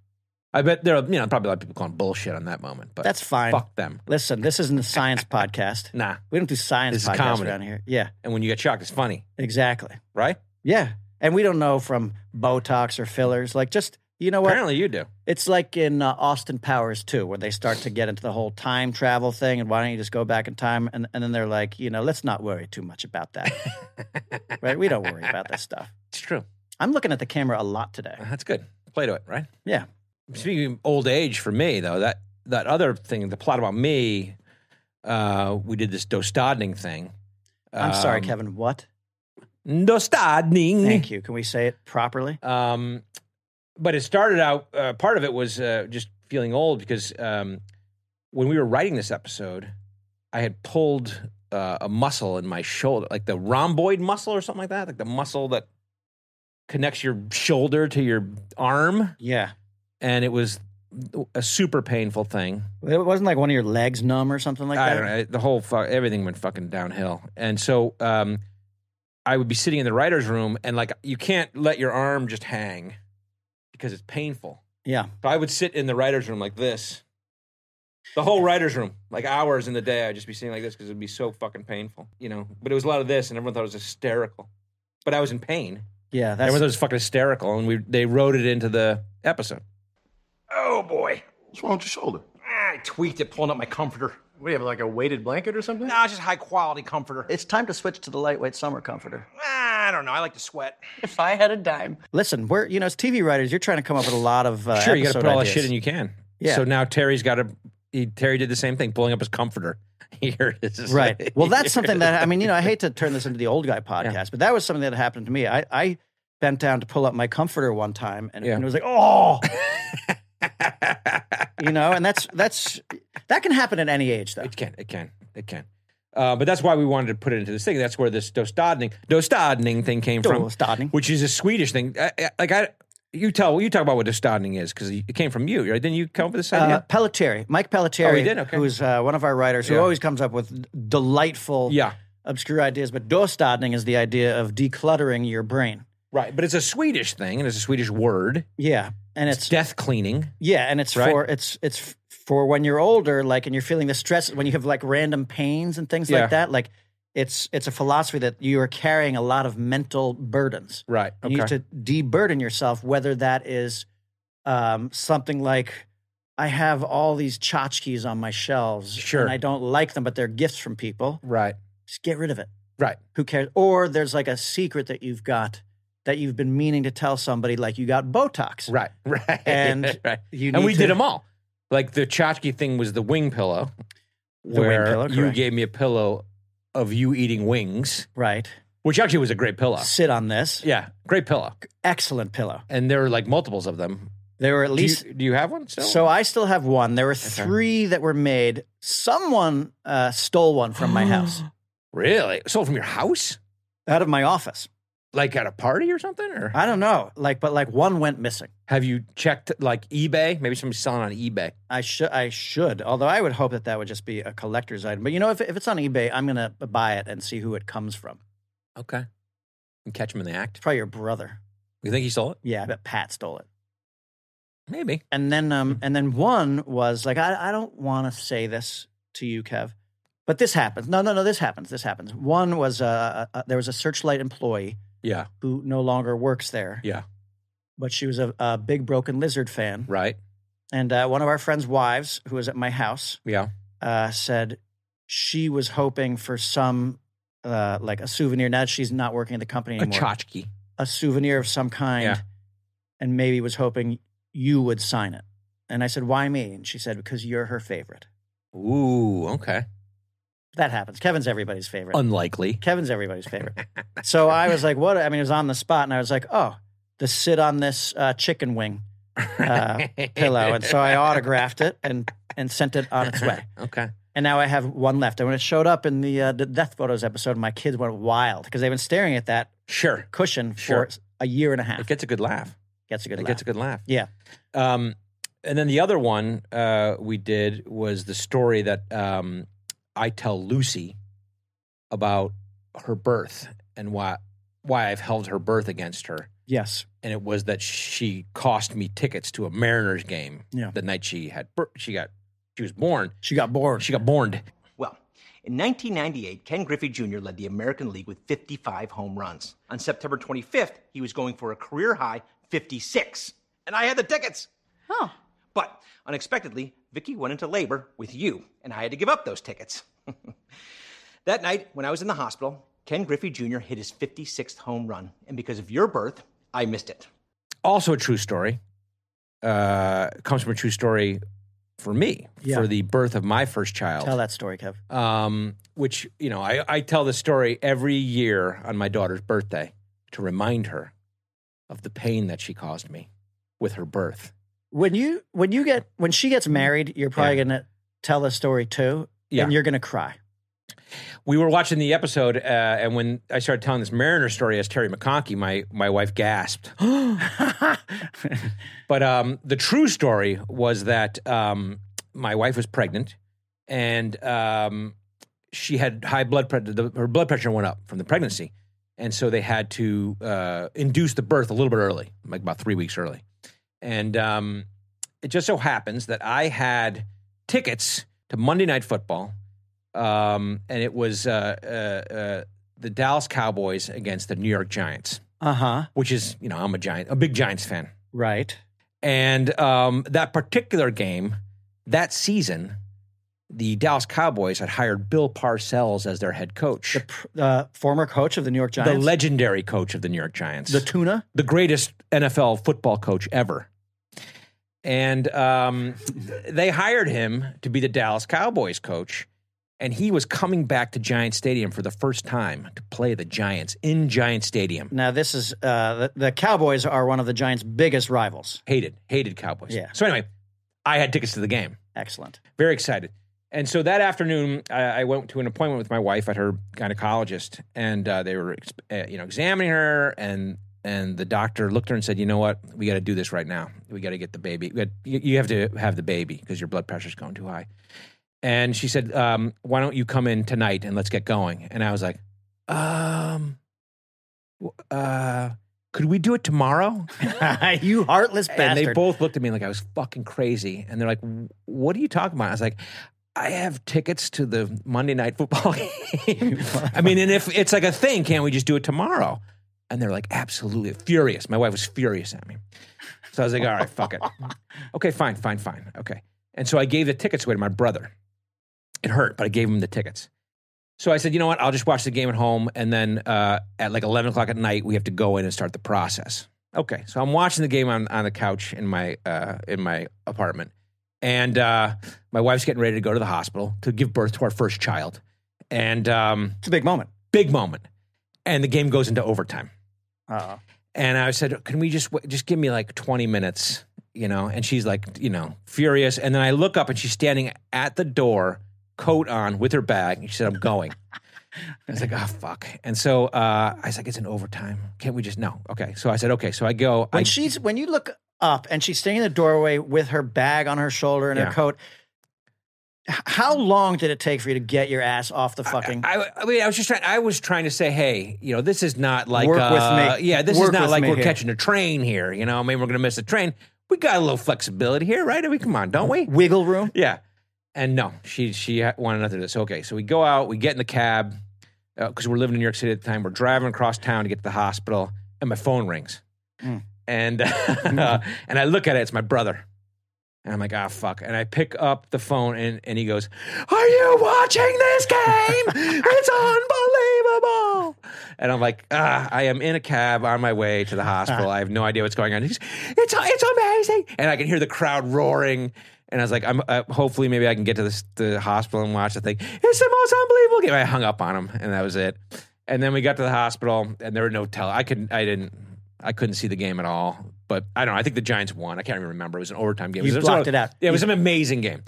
S3: I bet there are you know probably a lot of people calling bullshit on that moment, but
S2: That's fine.
S3: Fuck them.
S2: Listen, this isn't
S3: *laughs*
S2: a science podcast.
S3: Nah.
S2: We don't do science
S3: This is
S2: podcasts
S3: comedy.
S2: around here. Yeah,
S3: And when you get shocked, it's funny,
S2: exactly.
S3: right?
S2: Yeah, and we don't know from Botox or fillers. Like, just you know what?
S3: Apparently, you do.
S2: It's like in uh, Austin Powers too, where they start to get into the whole time travel thing, and why don't you just go back in time? And, and then they're like, you know, let's not worry too much about
S3: *laughs*
S2: that, right? We don't worry about this stuff.
S3: It's true.
S2: I'm looking at the camera a lot today.
S3: That's good. Play to it, right?
S2: Yeah,
S3: Speaking of old age, for me though, that that other thing, the plot about me, uh, we did this Dostodning thing.
S2: I'm sorry,
S3: Um,
S2: Kevin. What?
S3: Dostadning.
S2: Thank you. Can we say it properly?
S3: Um, but it started out. Uh, part of it was uh, just feeling old because um, when we were writing this episode, I had pulled uh, a muscle in my shoulder, like the rhomboid muscle or something like that, like the muscle that connects your shoulder to your arm,
S2: Yeah.
S3: and it was a super painful thing.
S2: It wasn't like one of your legs numb or something like
S3: I
S2: that.
S3: don't know. The whole fu- everything went fucking downhill, and so um, I would be sitting in the writers' room, and like you can't let your arm just hang because it's painful.
S2: Yeah.
S3: So I would sit in the writers' room like this, the whole writers' room, like hours in the day. I'd just be sitting like this because it'd be so fucking painful, you know. But it was a lot of this, and everyone thought it was hysterical. But I was in pain.
S2: Yeah. That's,
S3: Everyone thought it was fucking hysterical, and we they wrote it into the episode.
S12: Oh boy.
S13: What's wrong with your shoulder?
S12: Ah, I tweaked it pulling up my comforter.
S4: What do you have, like a weighted blanket or something?
S12: Nah, it's just high quality comforter.
S11: It's time to switch to the lightweight summer comforter.
S12: Ah, I don't know. I like to sweat.
S9: If I had a dime.
S2: Listen, we're you know as TV writers, you're trying to come up with a lot of uh,
S3: sure, you got to
S2: episode
S3: put all that
S2: ideas.
S3: shit in you can.
S2: Yeah.
S3: So now Terry's got to. He, Terry did the same thing, pulling up his comforter. *laughs* Here it *laughs* is.
S2: Right. *laughs* Well,
S3: Here
S2: that's something that I mean, you know, I
S3: it
S2: hate to turn this into the old
S3: *laughs*
S2: guy podcast, but that was something that happened to me. I, I bent down to pull up my comforter one time, and,
S3: Yeah.
S2: and it was like, oh, *laughs* you know, and that's that's that can happen at any age,
S3: is.
S2: though.
S3: It can. It can. It can. Uh, but that's why we wanted to put it into this thing. That's where this dostadning dostadning thing came from,
S2: Dostadning.
S3: which is a Swedish thing. I, I, like I, you tell you talk about what dostadning is because it came from you. Right? Didn't you come up with this
S2: Uh,
S3: idea?
S2: Pelletieri, Mike
S3: Oh,
S2: Pelletieri,
S3: he did? Okay.
S2: who's uh, one of our writers who
S3: Yeah.
S2: always comes up with delightful,
S3: yeah.
S2: obscure ideas. But dostadning is the idea of decluttering your brain.
S3: Right. But it's a Swedish thing, and it's a Swedish word.
S2: Yeah, and
S3: It's,
S2: it's
S3: death cleaning.
S2: Yeah, and it's
S3: Right?
S2: for it's it's for when you're older, like, and you're feeling the stress when you have like random pains and things
S3: Yeah.
S2: like that. Like, it's it's a philosophy that you are carrying a lot of mental burdens.
S3: Right.
S2: You need to deburden yourself, whether that is um, something like I have all these tchotchkes on my shelves,
S3: Sure.
S2: and I don't like them, but they're gifts from people.
S3: Right.
S2: Just get rid of it.
S3: Right.
S2: Who cares? Or there's like a secret that you've got that you've been meaning to tell somebody, like you got Botox.
S3: Right, *laughs* right,
S2: And
S3: right.
S2: you
S3: and
S2: need
S3: we
S2: to-
S3: did them all. Like the tchotchke thing was the wing pillow,
S2: The wing
S3: where
S2: pillow,
S3: you
S2: correct.
S3: gave me a pillow of you eating wings,
S2: Right.
S3: which actually was a great pillow.
S2: Sit on this.
S3: Yeah, great pillow.
S2: excellent pillow.
S3: And there were like multiples of them.
S2: There were at
S3: Do you,
S2: least.
S3: do you have one still?
S2: so I still have one. There were three that were made. Someone
S3: *gasps*
S2: uh, stole one from my house,
S3: really sold from your house?
S2: out of my office.
S3: Like at a party or something? Or
S2: I don't know. Like, but like one went missing.
S3: Have you checked like eBay? Maybe somebody's selling on eBay.
S2: I should. I should. Although I would hope that that would just be a collector's item. But you know, if if it's on eBay, I'm gonna buy it and see who it comes from.
S3: Okay. And catch him in the act.
S2: It's probably your brother.
S3: You think he stole it?
S2: Yeah, I bet Pat stole it.
S3: Maybe.
S2: And then,
S3: Mm-hmm.
S2: um, and then one was like, I, I don't want to say this to you, Kev, but this happens. No, no, no, this happens. This happens. One was uh, uh, there was a Searchlight employee
S3: Yeah.
S2: who no longer works there,
S3: Yeah.
S2: but she was a, a big Broken Lizard fan,
S3: Right.
S2: and uh, one of our friends' wives, who was at my house,
S3: Yeah.
S2: uh, said she was hoping for some uh, like a souvenir. Now that she's not working at the company
S3: A
S2: anymore,
S3: tchotchke.
S2: a souvenir of some kind,
S3: Yeah.
S2: and maybe was hoping you would sign it. And I said, "Why me?" And she said, "Because you're her favorite."
S3: Ooh. Okay.
S2: That happens. Kevin's everybody's favorite.
S3: Oh. *laughs* Unlikely.
S2: Kevin's everybody's favorite. so I was like, "What?" I mean, it was on the spot, and I was like, "Oh, the sit on this uh, chicken wing uh, pillow."
S3: *laughs*
S2: And so I autographed it and and sent it on its way.
S3: Okay.
S2: And now I have one left. And when it showed up in the uh, the death photos episode, my kids went wild because they've been staring at that
S3: Sure.
S2: cushion
S3: Sure.
S2: for a year and a half.
S3: It gets a good laugh.
S2: gets a good.
S3: It
S2: laugh.
S3: gets a good laugh.
S2: yeah.
S3: Um, and then the other one uh, we did was the story that um, I tell Lucy about her birth and why why I've held her birth against her.
S2: Yes.
S3: And it was that she cost me tickets to a Mariners game
S2: Yeah.
S3: the night she had bir- she got she was born.
S2: She got bored.
S3: She got borned.
S12: Well, in 1998, Ken Griffey Jr. led the American League with 55 home runs. On September 25th, he was going for a career high 56, and I had the tickets.
S9: Oh.
S12: But unexpectedly, Vicky went into labor with you, and I had to give up those tickets. *laughs* that night, when I was in the hospital, Ken Griffey Jr. hit his 56th home run, and because of your birth, I missed it.
S3: Also a true story. Uh, comes from a true story for me
S2: Yeah.
S3: for the birth of my first child.
S2: Tell that story, Kev.
S3: um, which you know I, I tell the story every year on my daughter's birthday to remind her of the pain that she caused me with her birth
S2: When you when you get when she gets married, you're probably gonna tell the story
S3: Mm-hmm.
S2: too,
S3: Yeah.
S2: and you're gonna
S3: *laughs*
S2: cry.
S3: we were watching the episode uh, and when i started telling this mariner story as terry mcconkey my, my wife gasped *gasps* but um, the true story was that um, my wife was pregnant and um, she had high blood pressure her blood pressure went up from the pregnancy and so they had to uh, induce the birth a little bit early like about three weeks early and um, it just so happens that i had tickets to monday night football um, and it was uh, uh, uh, the dallas cowboys against the new york giants
S2: uh huh.
S3: which is you know i'm a giant a big giants fan
S2: Right.
S3: and um, that particular game, that season, the Dallas Cowboys had hired Bill Parcells as their head coach,
S2: The pr- uh, former coach of the New York
S3: the,
S2: Giants,
S3: legendary coach of the New York Giants,
S2: the tuna.
S3: the greatest NFL football coach ever. And um, they hired him to be the Dallas Cowboys coach. And he was coming back to Giant Stadium for the first time to play the Giants in Giant Stadium.
S2: Now this is uh, the, the Cowboys are one of the Giants' biggest rivals.
S3: Hated, hated Cowboys.
S2: Yeah.
S3: So, anyway, I had tickets to the game.
S2: Excellent. *laughs*
S3: very excited. And so that afternoon, I, I went to an appointment with my wife at her gynecologist, and uh, they were, ex- uh, you know, examining her, and and the doctor looked at her and said, "You know what? We got to do this right now. We got to get the baby. we got- You, you have to have the baby because your blood pressure's going too high." And she said, um, "Why don't you come in tonight and let's get going?" And I was like, "Um, w- uh, could we do it tomorrow?"
S2: you heartless
S3: and
S2: bastard.
S3: they both looked at me like I was fucking crazy. And they're like, "What are you talking about?" I was like, "I have tickets to the Monday night football *laughs* game. I mean, and if it's like a thing, can't we just do it tomorrow?" And they're like, "Absolutely!" Furious. My wife was furious at me. So I was like, "All right, fuck it. Okay, fine, fine, fine. Okay." And so I gave the tickets away to my brother. It hurt, but I gave him the tickets. So I said, you know what? I'll just watch the game at home, and then uh, at like eleven o'clock at night, we have to go in and start the process. Okay, so I'm watching the game on, on the couch in my uh, in my apartment, and uh, my wife's getting ready to go to the hospital to give birth to our first child, and um,
S2: it's a big moment.
S3: big moment. And the game goes into overtime,
S2: Uh,
S3: and I said, "Can we just w- just give me like twenty minutes?" You know, and she's like, you know, furious. And then I look up, and she's standing at the door, coat on, with her bag, and she said, "I'm going." I was like, oh fuck. And so uh, I was like, it's an overtime. Can't we just no? Okay. So I said, okay. So I go.
S2: When
S3: I,
S2: she's when you look up and she's standing in the doorway with her bag on her shoulder and
S3: Yeah.
S2: her coat. h- How long did it take for you to get your ass off the fucking?
S3: I, I mean, I was just trying. I was trying to say, hey, you know, this is not like
S2: Work with
S3: uh,
S2: me.
S3: Yeah, this
S2: Work
S3: is not
S2: with
S3: like
S2: me
S3: we're
S2: here.
S3: catching a train here. You know, I mean, we're gonna miss a train. We got a little flexibility here, right? I mean, come on, don't we?
S2: Wiggle room.
S3: Yeah. And no, she she wanted nothing of this. Okay, so we go out, we get in the cab because we're living in New York City at the time. We're driving across town to get to the hospital, and my phone rings,
S2: Mm.
S3: and *laughs* and I look at it. It's my brother, and I'm like, ah, fuck. And I pick up the phone, and and he goes, "Are you watching this game? it's unbelievable." And I'm like, ah, I am in a cab on my way to the hospital. I have no idea what's going on. He's, it's it's amazing, and I can hear the crowd roaring. And I was like, I'm uh, hopefully maybe I can get to this, the hospital and watch the thing. It's the most unbelievable game. I hung up on him, and that was it. And then we got to the hospital, and there were no tell. I couldn't, I didn't, I couldn't see the game at all. But I don't know. I think the Giants won. I can't even remember. It was an overtime game.
S2: You
S3: it was
S2: blocked it out.
S3: Yeah, it was an
S2: You-
S3: amazing game.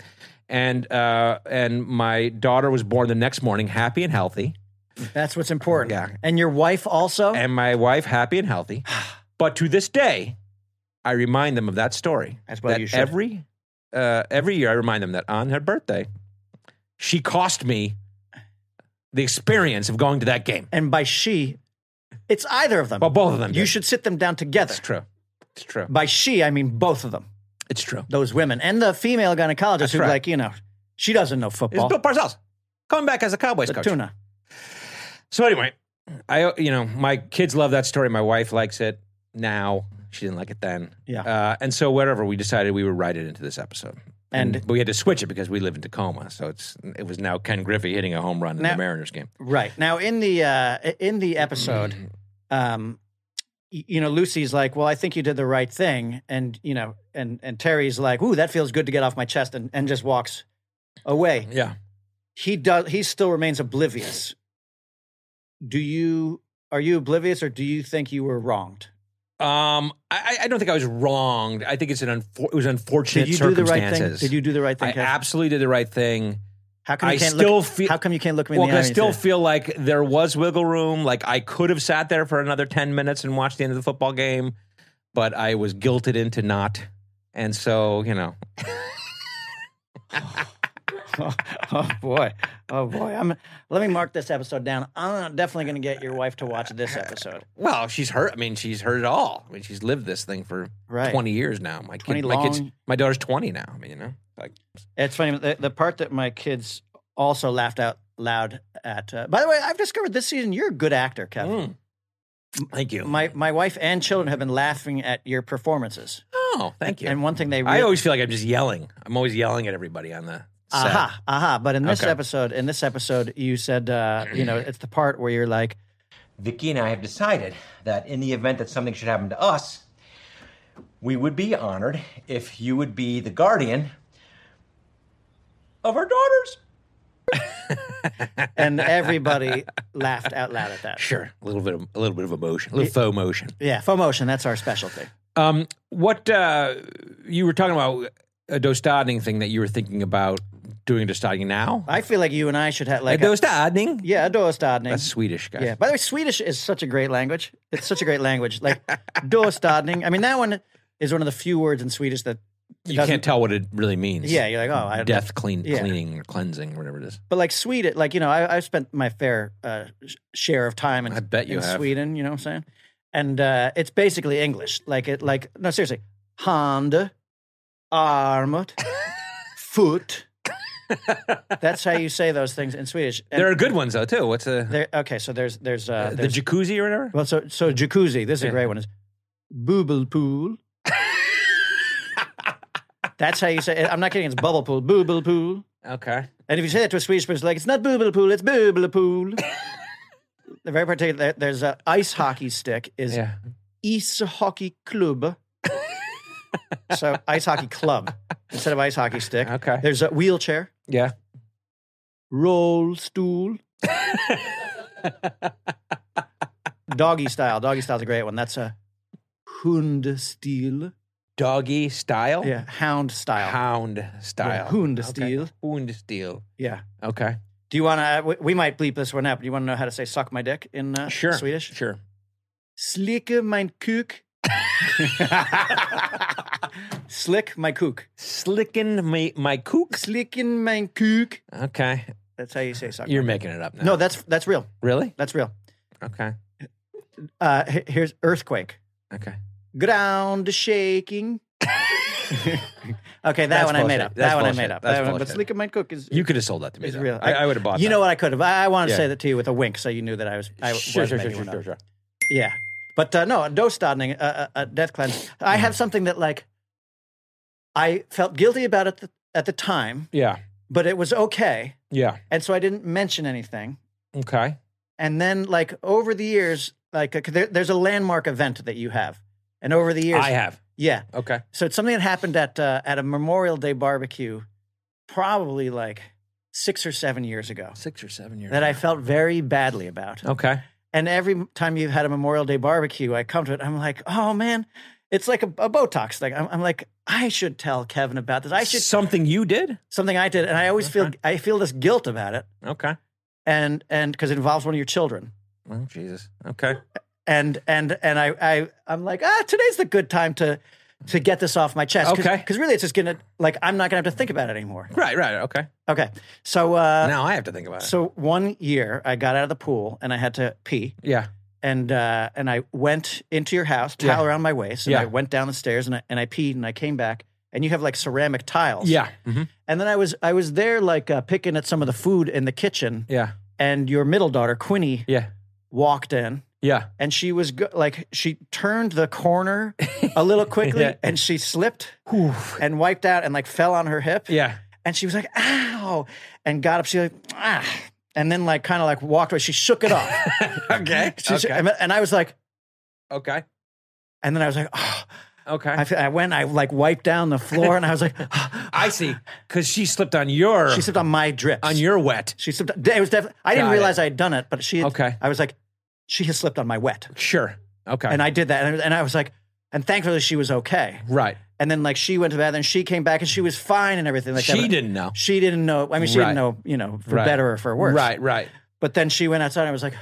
S3: And uh, and my daughter was born the next morning, happy and healthy,
S2: That's what's important.
S3: Yeah.
S2: And your wife also.
S3: and my wife happy and
S2: *sighs*
S3: healthy. But to this day, I remind them of that story.
S2: As well
S3: that
S2: you should.
S3: Every uh, every year, I remind them that on her birthday, she cost me the experience of going to that game.
S2: and by she, it's either of them.
S3: Well, both of them.
S2: you
S3: did.
S2: should sit them down together.
S3: It's true. It's true.
S2: By she, I mean both of them.
S3: It's true.
S2: Those women and the female gynecologist who,
S3: right.
S2: like, you know, she doesn't know
S3: It's
S2: football.
S3: Bill Parcells coming back as a Cowboys
S2: the
S3: coach.
S2: tuna.
S3: So anyway, I you know my kids love that story. My wife likes it now. She didn't like it then.
S2: Yeah.
S3: Uh, and so whatever, we decided we would write it into this episode.
S2: And-
S3: but we had to switch it because we live in Tacoma, so it's it was now Ken Griffey hitting a home run in
S2: Now-
S3: the Mariners game.
S2: Right now, in the uh, in the
S3: Mm-hmm.
S2: episode, um, y- you know, Lucy's like, "Well, I think you did the right thing," and you know, and and Terry's like, "Ooh, that feels good to get off my chest," and and just walks away.
S3: Yeah.
S2: He does. He still remains oblivious. Do you are you oblivious, or do you think you were wronged?
S3: Um, I, I don't think I was wronged. I think it's an unfor- it was unfortunate
S2: Did you do the right
S3: circumstances.
S2: thing? Did you do the right thing?
S3: I
S2: Kev?
S3: absolutely did the right thing.
S2: how come you
S3: I
S2: can't
S3: still
S2: look,
S3: feel-
S2: How come you can't look me
S3: Well,
S2: in the eye?
S3: 'cause I
S2: when
S3: still
S2: you say *laughs* that?
S3: feel like there was wiggle room. Like I could have sat there for another 10 minutes and watched the end of the football game, but I was guilted into not. And so, you know,
S2: oh, boy, oh boy. I'm. Let me mark this episode down. I'm definitely going to get your wife to watch this episode.
S3: well, she's hurt. I mean, she's heard it all. I mean, she's lived this thing for
S2: Right.
S3: 20 years now. My
S2: 20
S3: kid, my kids,
S2: long-
S3: my daughter's 20 now. I mean, you know, like,
S2: It's funny. The, the part that my kids also laughed out loud at. Uh, by the way, I've discovered this season you're a good actor, Kevin.
S3: mm. thank you.
S2: My my wife and children have been laughing at your performances.
S3: oh, thank you.
S2: And one thing they
S3: I
S2: really,
S3: always feel like I'm just yelling. I'm always yelling at everybody on the set.
S2: aha aha. But in this
S3: Okay.
S2: episode, in this episode, you said uh, you know it's the part where you're like,
S12: Vicky and I have decided that in the event that something should happen to us, we would be honored if you would be the guardian of our daughters.
S3: *laughs*
S2: and everybody laughed out loud at that.
S3: Sure, a little bit, of, a little bit of emotion, a little faux motion.
S2: Yeah, faux motion. That's our specialty.
S3: Um, what uh, you were talking about a Dostadning thing that you were thinking about doing Dostadning now?
S2: I feel like you and I should have
S3: A
S2: like a,
S3: Dostadning?
S2: yeah, a dostadning.
S3: That's Swedish, guys.
S2: Yeah. By the way, Swedish is such a great language. It's such a great language. Like dostadning. I mean, that one is one of the few words in Swedish that.
S3: you
S2: doesn't-
S3: can't tell what it really means.
S2: Yeah, you're like, oh, I don't know.
S3: death, clean,
S2: Yeah.
S3: cleaning, or cleansing, whatever it is.
S2: But like Sweden, like you know, I, I've spent my fair uh, sh- share of time in,
S3: I bet you
S2: in
S3: have.
S2: Sweden. You know what I'm saying? And uh, it's basically English. Like it, like no, seriously, hand,
S3: *laughs*
S2: armut, foot. That's how you say those things in Swedish. And
S3: there are good ones though too. What's a,
S2: there- okay, so there's there's uh,
S3: the
S2: there's,
S3: jacuzzi or whatever?
S2: Well, so so jacuzzi. This is a
S3: Yeah.
S2: great one. Is
S3: *laughs*
S2: booble pool. That's how you say. it. I'm not kidding. It's bubble pool. Booble pool.
S3: Okay.
S2: And if you say that to a Swedish person, like it's not booble pool, it's
S3: *laughs*
S2: booble pool. They're very particular. There- There's a ice hockey stick is
S3: Yeah.
S2: ice hockey
S3: *laughs*
S2: club. so ice hockey club instead of ice hockey stick.
S3: Okay.
S2: There's a wheelchair, *laughs*
S3: Yeah.
S2: roll stool, doggy style. Doggy style's a great one. That's a hund steel.
S3: Doggy style.
S2: Yeah, hound style.
S3: Oh. Hound style.
S2: Yeah, hound
S3: Okay.
S2: style.
S3: Hound style.
S2: Yeah.
S3: Okay.
S2: Do you want to? We might bleep this one out. But do you want to know how to say "suck my dick" in uh,
S3: Sure.
S2: Swedish?
S3: Sure.
S2: Slicka mein kuk. Slick my kook.
S3: Slicking my, my kook?
S2: Slicking my kook.
S3: Okay.
S2: That's how you say suck.
S3: You're
S2: my
S3: making it up now.
S2: dick. No, that's that's real.
S3: Really?
S2: That's real.
S3: Okay.
S2: Uh, he- here's earthquake.
S3: Okay.
S2: Ground shaking. okay, that
S3: That's
S2: one I made
S3: bullshit.
S2: up.
S3: That's
S2: that one I
S3: bullshit.
S2: made up.
S3: That's
S2: that one, but
S3: bullshit.
S2: Slicka mein kook is
S3: You could have sold that to me.
S2: It's
S3: though.
S2: real.
S3: I, I would have bought
S2: You
S3: that.
S2: know what? I could have. I, I want to
S3: Yeah.
S2: say that to you with a wink, so you knew that I was. I
S3: Sure, sure,
S2: was
S3: sure,
S2: making
S3: sure,
S2: one up.
S3: sure, sure.
S2: Yeah, but uh, no, dostadning, a uh, uh, death cleanse. I have something that like I felt guilty about it th- at the time,
S3: Yeah.
S2: but it was okay,
S3: Yeah.
S2: and so I didn't mention anything.
S3: Okay.
S2: And then like over the years, like uh, there, there's a landmark event that you have, and over the years,
S3: I have.
S2: yeah.
S3: Okay.
S2: So it's something that happened at uh, at a Memorial Day barbecue, probably like six or seven years ago
S3: Six or seven years.
S2: that I felt very badly about.
S3: Okay.
S2: And every time you've had a Memorial Day barbecue, I come to it. I'm like, oh man, it's like a, a Botox thing. I'm, I'm like, I should tell Kevin about this. I
S3: *laughs*
S2: should
S3: Something you did?
S2: something I did, and I always feel I feel this guilt about it,
S3: Okay.
S2: and and because it involves one of your children,
S3: Oh, Jesus. Okay.
S2: and and and I I I'm like, ah, today's the good time to to get this off my chest.
S3: Okay.
S2: because really, it's just gonna like I'm not gonna have to think about it anymore.
S3: Right, right. Okay.
S2: Okay, so uh,
S3: now I have to think about it.
S2: so one year I got out of the pool and I had to pee.
S3: yeah.
S2: and uh, and I went into your house, towel
S3: Yeah.
S2: around my waist, and
S3: Yeah.
S2: I went down the stairs and I and I peed and I came back, and you have like ceramic tiles,
S3: Yeah. hmm
S2: And then I was I was there like uh, picking at some of the food in the kitchen,
S3: Yeah.
S2: and your middle daughter Quinny
S3: Yeah.
S2: walked in,
S3: Yeah.
S2: and she was go- like she turned the corner a
S3: *laughs*
S2: little quickly,
S3: Yeah.
S2: and she slipped and wiped out and like fell on her hip,
S3: Yeah.
S2: and she was like ow, and got up, she like ah, and then like kind of like walked away, she shook it off,
S3: *laughs* okay.
S2: She- she-
S3: okay.
S2: and and I was like.
S3: okay.
S2: And then I was like, oh,
S3: Okay.
S2: I, fe- I went, I like wiped down the floor, and I was like, "Ah."
S3: I see. Because she slipped on your
S2: she slipped on my drips.
S3: on your wet.
S2: she slipped. It was definitely. I didn't
S3: Got
S2: realize I had done it, but she. Had,
S3: Okay.
S2: I was like, she has slipped on my wet,
S3: Sure. Okay.
S2: and I did that, and, I- and I was like, and thankfully she was okay.
S3: right.
S2: And then like she went to bed, and she came back, and she was fine, and everything like that.
S3: she
S2: But
S3: didn't know.
S2: She didn't know. I mean, she
S3: Right.
S2: didn't know, you know, for
S3: Right.
S2: better or for worse.
S3: Right. Right.
S2: But then she went outside, and
S3: *laughs*
S2: I was like,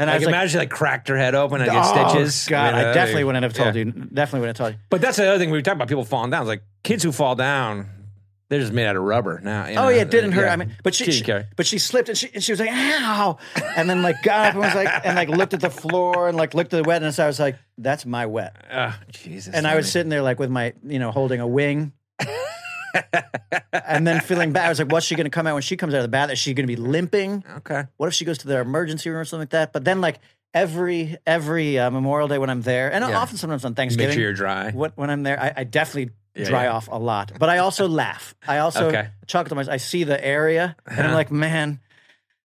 S2: and I
S3: Like,
S2: was like,
S3: imagine she, like cracked her head open and get
S2: oh,
S3: stitches.
S2: God,
S3: mean,
S2: I
S3: uh,
S2: definitely wouldn't have told you. Definitely wouldn't have told you.
S3: But that's the other thing we talk about people falling down. It's like kids who fall down, they're just made out of rubber now. you
S2: Oh
S3: know,
S2: yeah, it didn't hurt.
S3: yeah.
S2: I mean, but she,
S3: Didn't
S2: she-
S3: care.
S2: but she slipped and she and she was like ow, and then like got up and was like and like looked at the floor and like looked at the wetness. I was like, that's my wet.
S3: Oh, Jesus.
S2: And I was
S3: honey.
S2: sitting there like with my you know holding a wing. and then feeling bad, I was like, "What's she going to come out when she comes out of the bath? Is she going to be limping?
S3: Okay.
S2: What if she goes to the emergency room or something like that?" But then, like every every uh, Memorial Day when I'm there, and
S3: Yeah.
S2: often sometimes on
S3: Make
S2: Thanksgiving,
S3: sure you're dry.
S2: when, when I'm there, I, I definitely
S3: Yeah,
S2: dry
S3: yeah.
S2: off a lot, but I also laugh. I also
S3: Okay.
S2: chuckle to myself. I see the area, and I'm
S3: Uh-huh.
S2: like, man,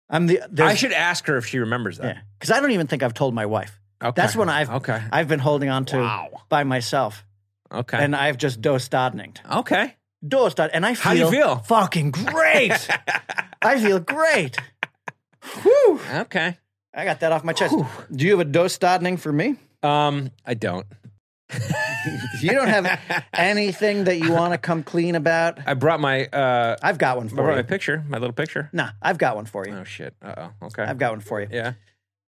S2: I'm the.
S3: I
S2: there's-
S3: should ask her if she remembers that.
S2: yeah, because I don't even think I've told my wife.
S3: Okay.
S2: That's when I've
S3: Okay.
S2: I've been holding on to
S3: Wow.
S2: by myself,
S3: Okay.
S2: and I've just dostadninged,
S3: okay.
S2: dostad, and I feel
S3: How do you feel? *laughs*
S2: fucking great. I feel great. Whew.
S3: Okay.
S2: I got that off my chest. Do you have a dostadning for me?
S3: Um, I don't.
S2: You
S3: *laughs*
S2: don't have anything that you want to come clean about.
S3: I brought my uh,
S2: I've got one
S3: I
S2: for
S3: brought my
S2: you.
S3: picture, my little picture.
S2: Nah, I've got one for you.
S3: Oh shit. Uh oh. Okay.
S2: I've got one for you.
S3: yeah.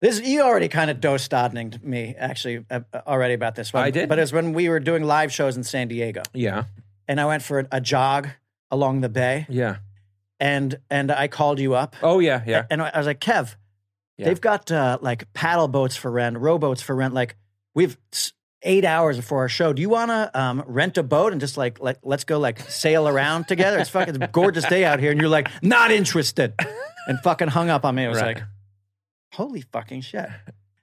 S2: This you already kind of dostadninged me actually uh, uh, already about this one.
S3: I did?
S2: but it was when we were doing live shows in San Diego,
S3: Yeah.
S2: and I went for a, a jog along the bay,
S3: Yeah.
S2: and and I called you up,
S3: Oh yeah. Yeah. *laughs*
S2: and I I was like, Kev,
S3: Yeah.
S2: they've got uh, like paddle boats for rent, rowboats for rent. Like we've s- eight hours before our show. Do you want to um, rent a boat and just like let, let's go like sail around together? It's fucking it's a gorgeous day out here, and you're like not interested, and fucking hung up on me. It was
S3: Right.
S2: like, holy fucking shit.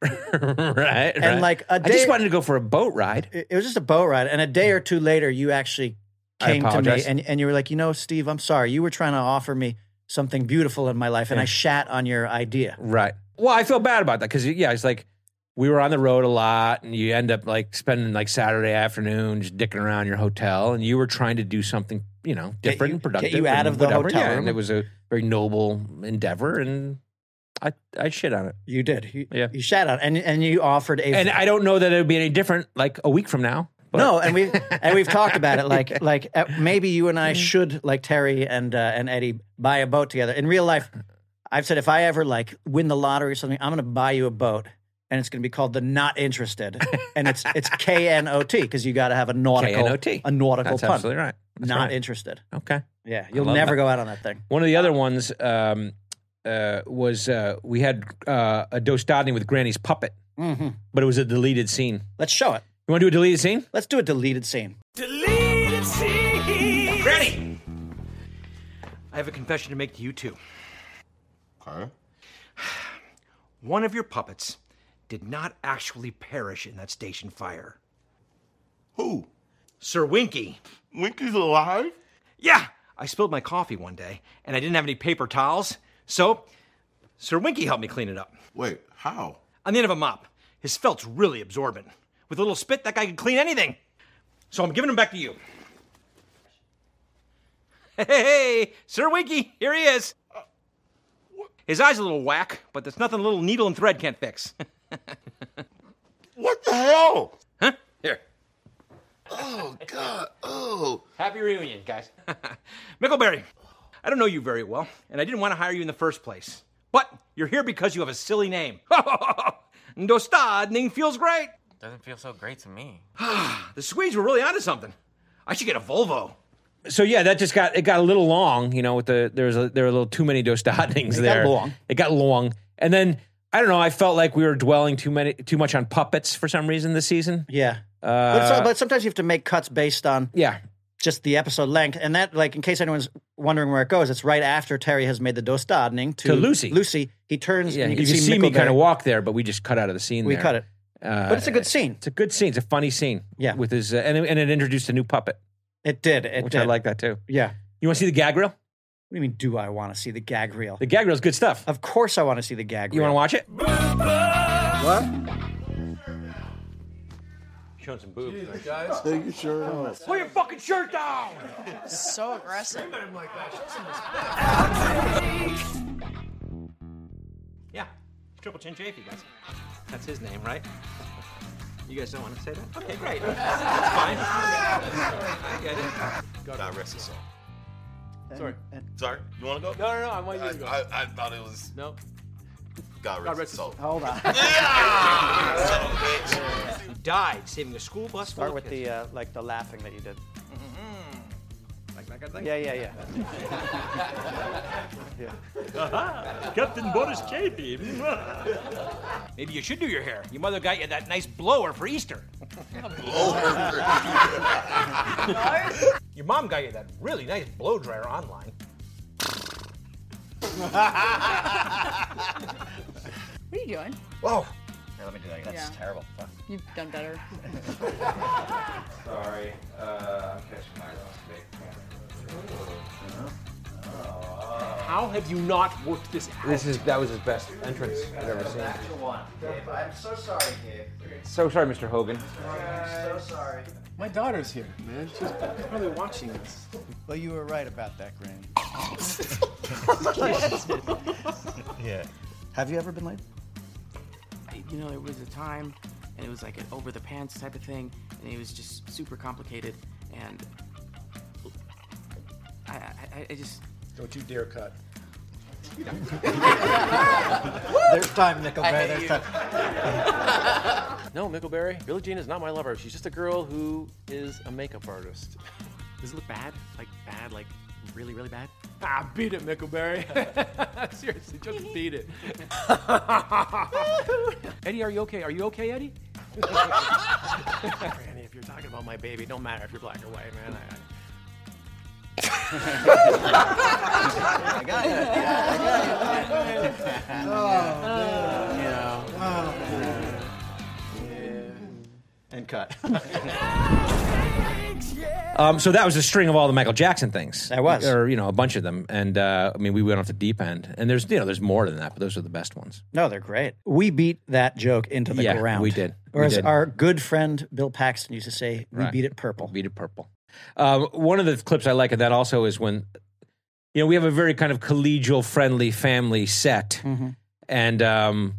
S3: right. Right. *laughs*
S2: And like a
S3: I
S2: day,
S3: just wanted to go for a boat ride.
S2: it it was just a boat ride. And a day or two later, you actually
S3: I
S2: came to me
S3: apologize.
S2: and, and you were like, you know, Steve, I'm sorry. You were trying to offer me something beautiful in my life, and I
S3: Yeah.
S2: shat on your idea.
S3: Right. Well, I feel bad about that because yeah, it's like we were on the road a lot, and you end up like spending like Saturday afternoon just dicking around your hotel, and you were trying to do something you know
S2: Get
S3: different,
S2: you-
S3: and productive,
S2: get you out
S3: and
S2: of the
S3: whatever.
S2: hotel
S3: yeah,
S2: room.
S3: And it was a very noble endeavor, and I I shit on it.
S2: You did. You,
S3: Yeah.
S2: you shat on, and and you offered a.
S3: And I don't know that it would be any different like a week from now But-
S2: no, and we and we've talked about it.
S3: *laughs*
S2: Like like uh, maybe you
S3: Mm.
S2: and I should like Terry and uh, and Eddie buy a boat together in real life. I've said if I ever like win the lottery or something, I'm going to buy you a boat, and it's going to be called the Not Interested, and it's
S3: *laughs*
S2: it's K N O T because you got to have a nautical
S3: K-N-O-T.
S2: a nautical
S3: That's
S2: pun.
S3: absolutely right. That's
S2: not
S3: right.
S2: interested.
S3: Okay.
S2: Yeah,
S3: I
S2: you'll
S3: love
S2: never
S3: that.
S2: go out on that thing.
S3: One of the other ones um, uh, was uh, we had uh, a Dostodny with Granny's puppet,
S2: Mhm.
S3: but it was a deleted scene.
S2: Let's show it.
S3: You want to do a deleted scene?
S2: Let's do a deleted scene.
S12: Deleted scene. Granny, I have a confession to make to you two. Okay. One of your puppets did not actually perish in that station fire. Who? Sir Winky. Winky's alive? Yeah. I spilled my coffee one day, and I didn't have any paper towels, so Sir Winky helped me clean it up. Wait, how? On the end of a mop. His felt's really absorbent. With a little spit, that guy could clean anything. So I'm giving him back to you. *laughs* Hey, hey, hey, Sir Winky, here he is. His eye's a little whack, but there's nothing a little needle and thread can't fix. *laughs* what the hell? Huh? Here. Oh, God. Oh. Happy reunion, guys. *laughs* Mickleberry, I don't know you very well, and I didn't want to hire you in the first place. But you're here because you have a silly name. *laughs* Dostadning feels great.
S5: Doesn't feel so great to me.
S12: *sighs* the Swedes were really onto something. I should get a Volvo.
S3: So yeah, that just got it got a little long, you know. With the there was a, there were a little too many *laughs* Dostodnings
S2: It got
S3: there.
S2: long.
S3: It got long, and then I don't know. I felt like we were dwelling too many too much on puppets for some reason this season.
S2: Yeah.
S3: Uh,
S2: But, so, but sometimes you have to make cuts based on
S3: yeah
S2: just the episode length, and that like in case anyone's wondering where it goes, it's right after Terry has made the dostadning to,
S3: To Lucy.
S2: Lucy, he turns.
S3: yeah,
S2: and
S3: you
S2: you,
S3: can see, me
S2: Mickleberry.
S3: kind of walk there, but we just cut out of the scene.
S2: We
S3: there.
S2: cut it,
S3: Uh,
S2: but it's a good scene.
S3: It's a good scene. It's a funny scene.
S2: Yeah.
S3: with his uh, and it- and it introduced a new puppet,
S2: It did. It
S3: which
S2: did.
S3: I like that too.
S2: Yeah.
S3: You want to see the gag reel?
S2: What do you mean? Do I want to see the gag reel?
S3: The gag reel's good stuff.
S2: of course, I want to see the gag.
S3: You
S2: reel.
S3: want to watch it?
S2: What?
S4: Showing some boobs, right, guys?
S13: Take your shirt off.
S12: Put your fucking shirt down!
S14: So aggressive.
S12: Yeah, Triple Chin Chafee, guys. That's his name, right? You guys don't want to say that? Okay, great. That's fine. I get it. Go
S15: Not rest his soul.
S12: Sorry.
S15: Sorry, you want to go?
S4: No, no, no, I want you to go.
S15: I, I thought it was.
S4: No.
S15: God rest, his soul.
S2: Hold on.
S12: He died saving a school bus full
S2: Start
S12: of
S2: with
S12: kids.
S2: the uh, like the laughing that you did.
S3: Mm-hmm.
S12: Like that kind of thing?
S2: Yeah, yeah, yeah.
S12: Captain Boris Chafee. Maybe you should do your hair. Your mother got you that nice blower for
S5: *laughs*
S12: Easter. *laughs* Your mom got you that really nice blow dryer online.
S14: What are you doing?
S8: Oh.
S12: Whoa. Here, let me do that. again. That's
S14: Yeah.
S12: terrible. Fuck.
S14: You've done better.
S12: Sorry. Uh, catching my How have you not worked this out? This is that was his best entrance I've ever seen.
S2: one. Dave, I'm so sorry, Dave.
S12: So sorry, Mr. Hogan.
S2: I'm so sorry.
S14: My daughter's here, man. She's probably watching this. Well, you were right about that, Granny.
S2: Yeah. Have you ever been late?
S14: you know, it was a time, and it was like an over the pants type of thing, and it was just super complicated, and I, I, I just. Don't you dare cut.
S2: There's time,
S4: I
S2: Nickelback.
S4: hate
S2: There's
S4: you. no, Mickleberry. Billie Jean is not my lover. She's just a girl who is a makeup artist.
S5: *laughs* Does it look bad? Like bad? Like really, really bad?
S4: Ah, beat it, Mickleberry. *laughs* Seriously, just
S5: *laughs*
S4: beat it. Eddie, are you okay? Are you okay,
S5: *laughs*
S4: Eddie? Granny, if you're talking about my baby, it don't matter if you're black or white, man. I, I...
S14: I got it.
S2: And cut.
S3: Um, so that was a string of all the Michael Jackson things. That
S2: was.
S3: or you know, a bunch of them. And uh, I mean, we went off the deep end. And there's you know, there's more than that, but those are the best ones.
S2: No, they're great. We beat that joke into the
S3: Yeah,
S2: ground.
S3: we did.
S2: Or
S3: We
S2: as
S3: did.
S2: our good friend Bill Paxton used to say, we
S3: Right.
S2: beat it purple.
S3: Beat it purple. Um, one of the clips I like of that also is when, you know, we have a very kind of collegial, friendly family set,
S2: Mm-hmm.
S3: and um,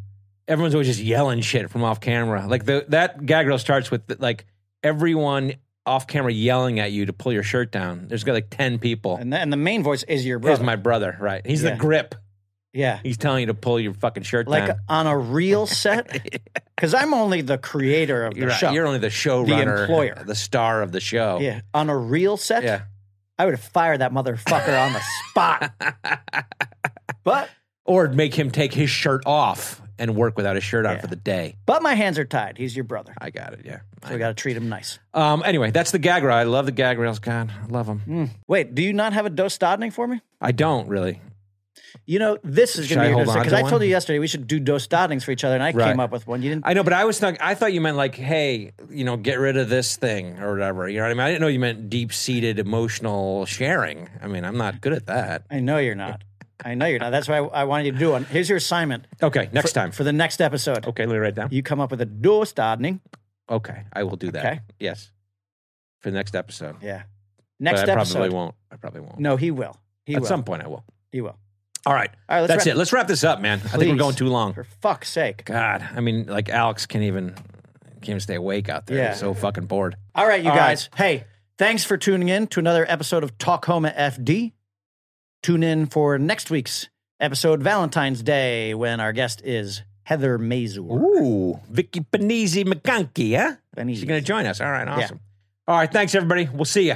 S3: everyone's always just yelling shit from off camera. Like the that gag reel starts with like everyone off camera yelling at you to pull your shirt down. There's got like 10 people.
S2: And, the main voice is your
S3: Is
S2: brother.
S3: my brother, right? He's
S2: Yeah.
S3: the grip.
S2: Yeah.
S3: He's telling you to pull your fucking shirt
S2: like
S3: down.
S2: on a real set
S3: *laughs*
S2: because i'm only the creator of the
S3: You're,
S2: show
S3: you're only the showrunner,
S2: employer.
S3: the star of the show.
S2: yeah on a real set
S3: Yeah.
S2: i would have fired that motherfucker
S3: *laughs*
S2: on the spot but
S3: Or make him take his shirt off and work without his shirt on for the day.
S2: but my hands are tied he's your brother
S3: i got it yeah
S2: so we got to treat him nice
S3: Um, anyway, that's the gag reel. I love the gag reels. God, I love them.
S2: Mm. wait do you not have a dostadning for me
S3: I don't really.
S2: you know this is
S3: Should
S2: going
S3: I
S2: to be
S3: hold on
S2: because
S3: to
S2: i told
S3: one?
S2: you yesterday we should do dostadnings for each other and i
S3: Right.
S2: came up with one you didn't
S3: I know, but I was not, I thought you meant like, hey, you know, get rid of this thing or whatever. You know what I mean? I didn't know you meant deep seated emotional sharing. I mean, I'm not good at that.
S2: i know you're not i know you're not that's why i, I wanted you to do one here's your assignment
S3: Okay, next time.
S2: for the next episode
S3: Okay, let me write it down.
S2: you come up with a dostadning
S3: Okay, I will do that.
S2: Okay.
S3: Yes. For the next episode.
S2: Yeah. Next
S3: but I
S2: episode.
S3: probably won't. I probably won't.
S2: No, he will. He
S3: At
S2: will.
S3: some point, I will.
S2: He will.
S3: All right.
S2: All right, let's
S3: That's
S2: wrap-
S3: it. Let's wrap this up, man. I think we're
S2: Please.
S3: going too long.
S2: For fuck's sake.
S3: God, I mean, like Alex can't even can't even stay awake out there.
S2: Yeah.
S3: He's so fucking bored.
S2: All right, you
S3: All right.
S2: guys. Hey, thanks for tuning in to another episode of Talk Homa FD. Tune in for next week's episode, Valentine's Day, when our guest is Heather Mazur.
S3: Ooh, Vicky Panizzi McConkey, huh? She's going to join us. All right,
S2: Yeah.
S3: awesome. All right, thanks everybody. We'll see you.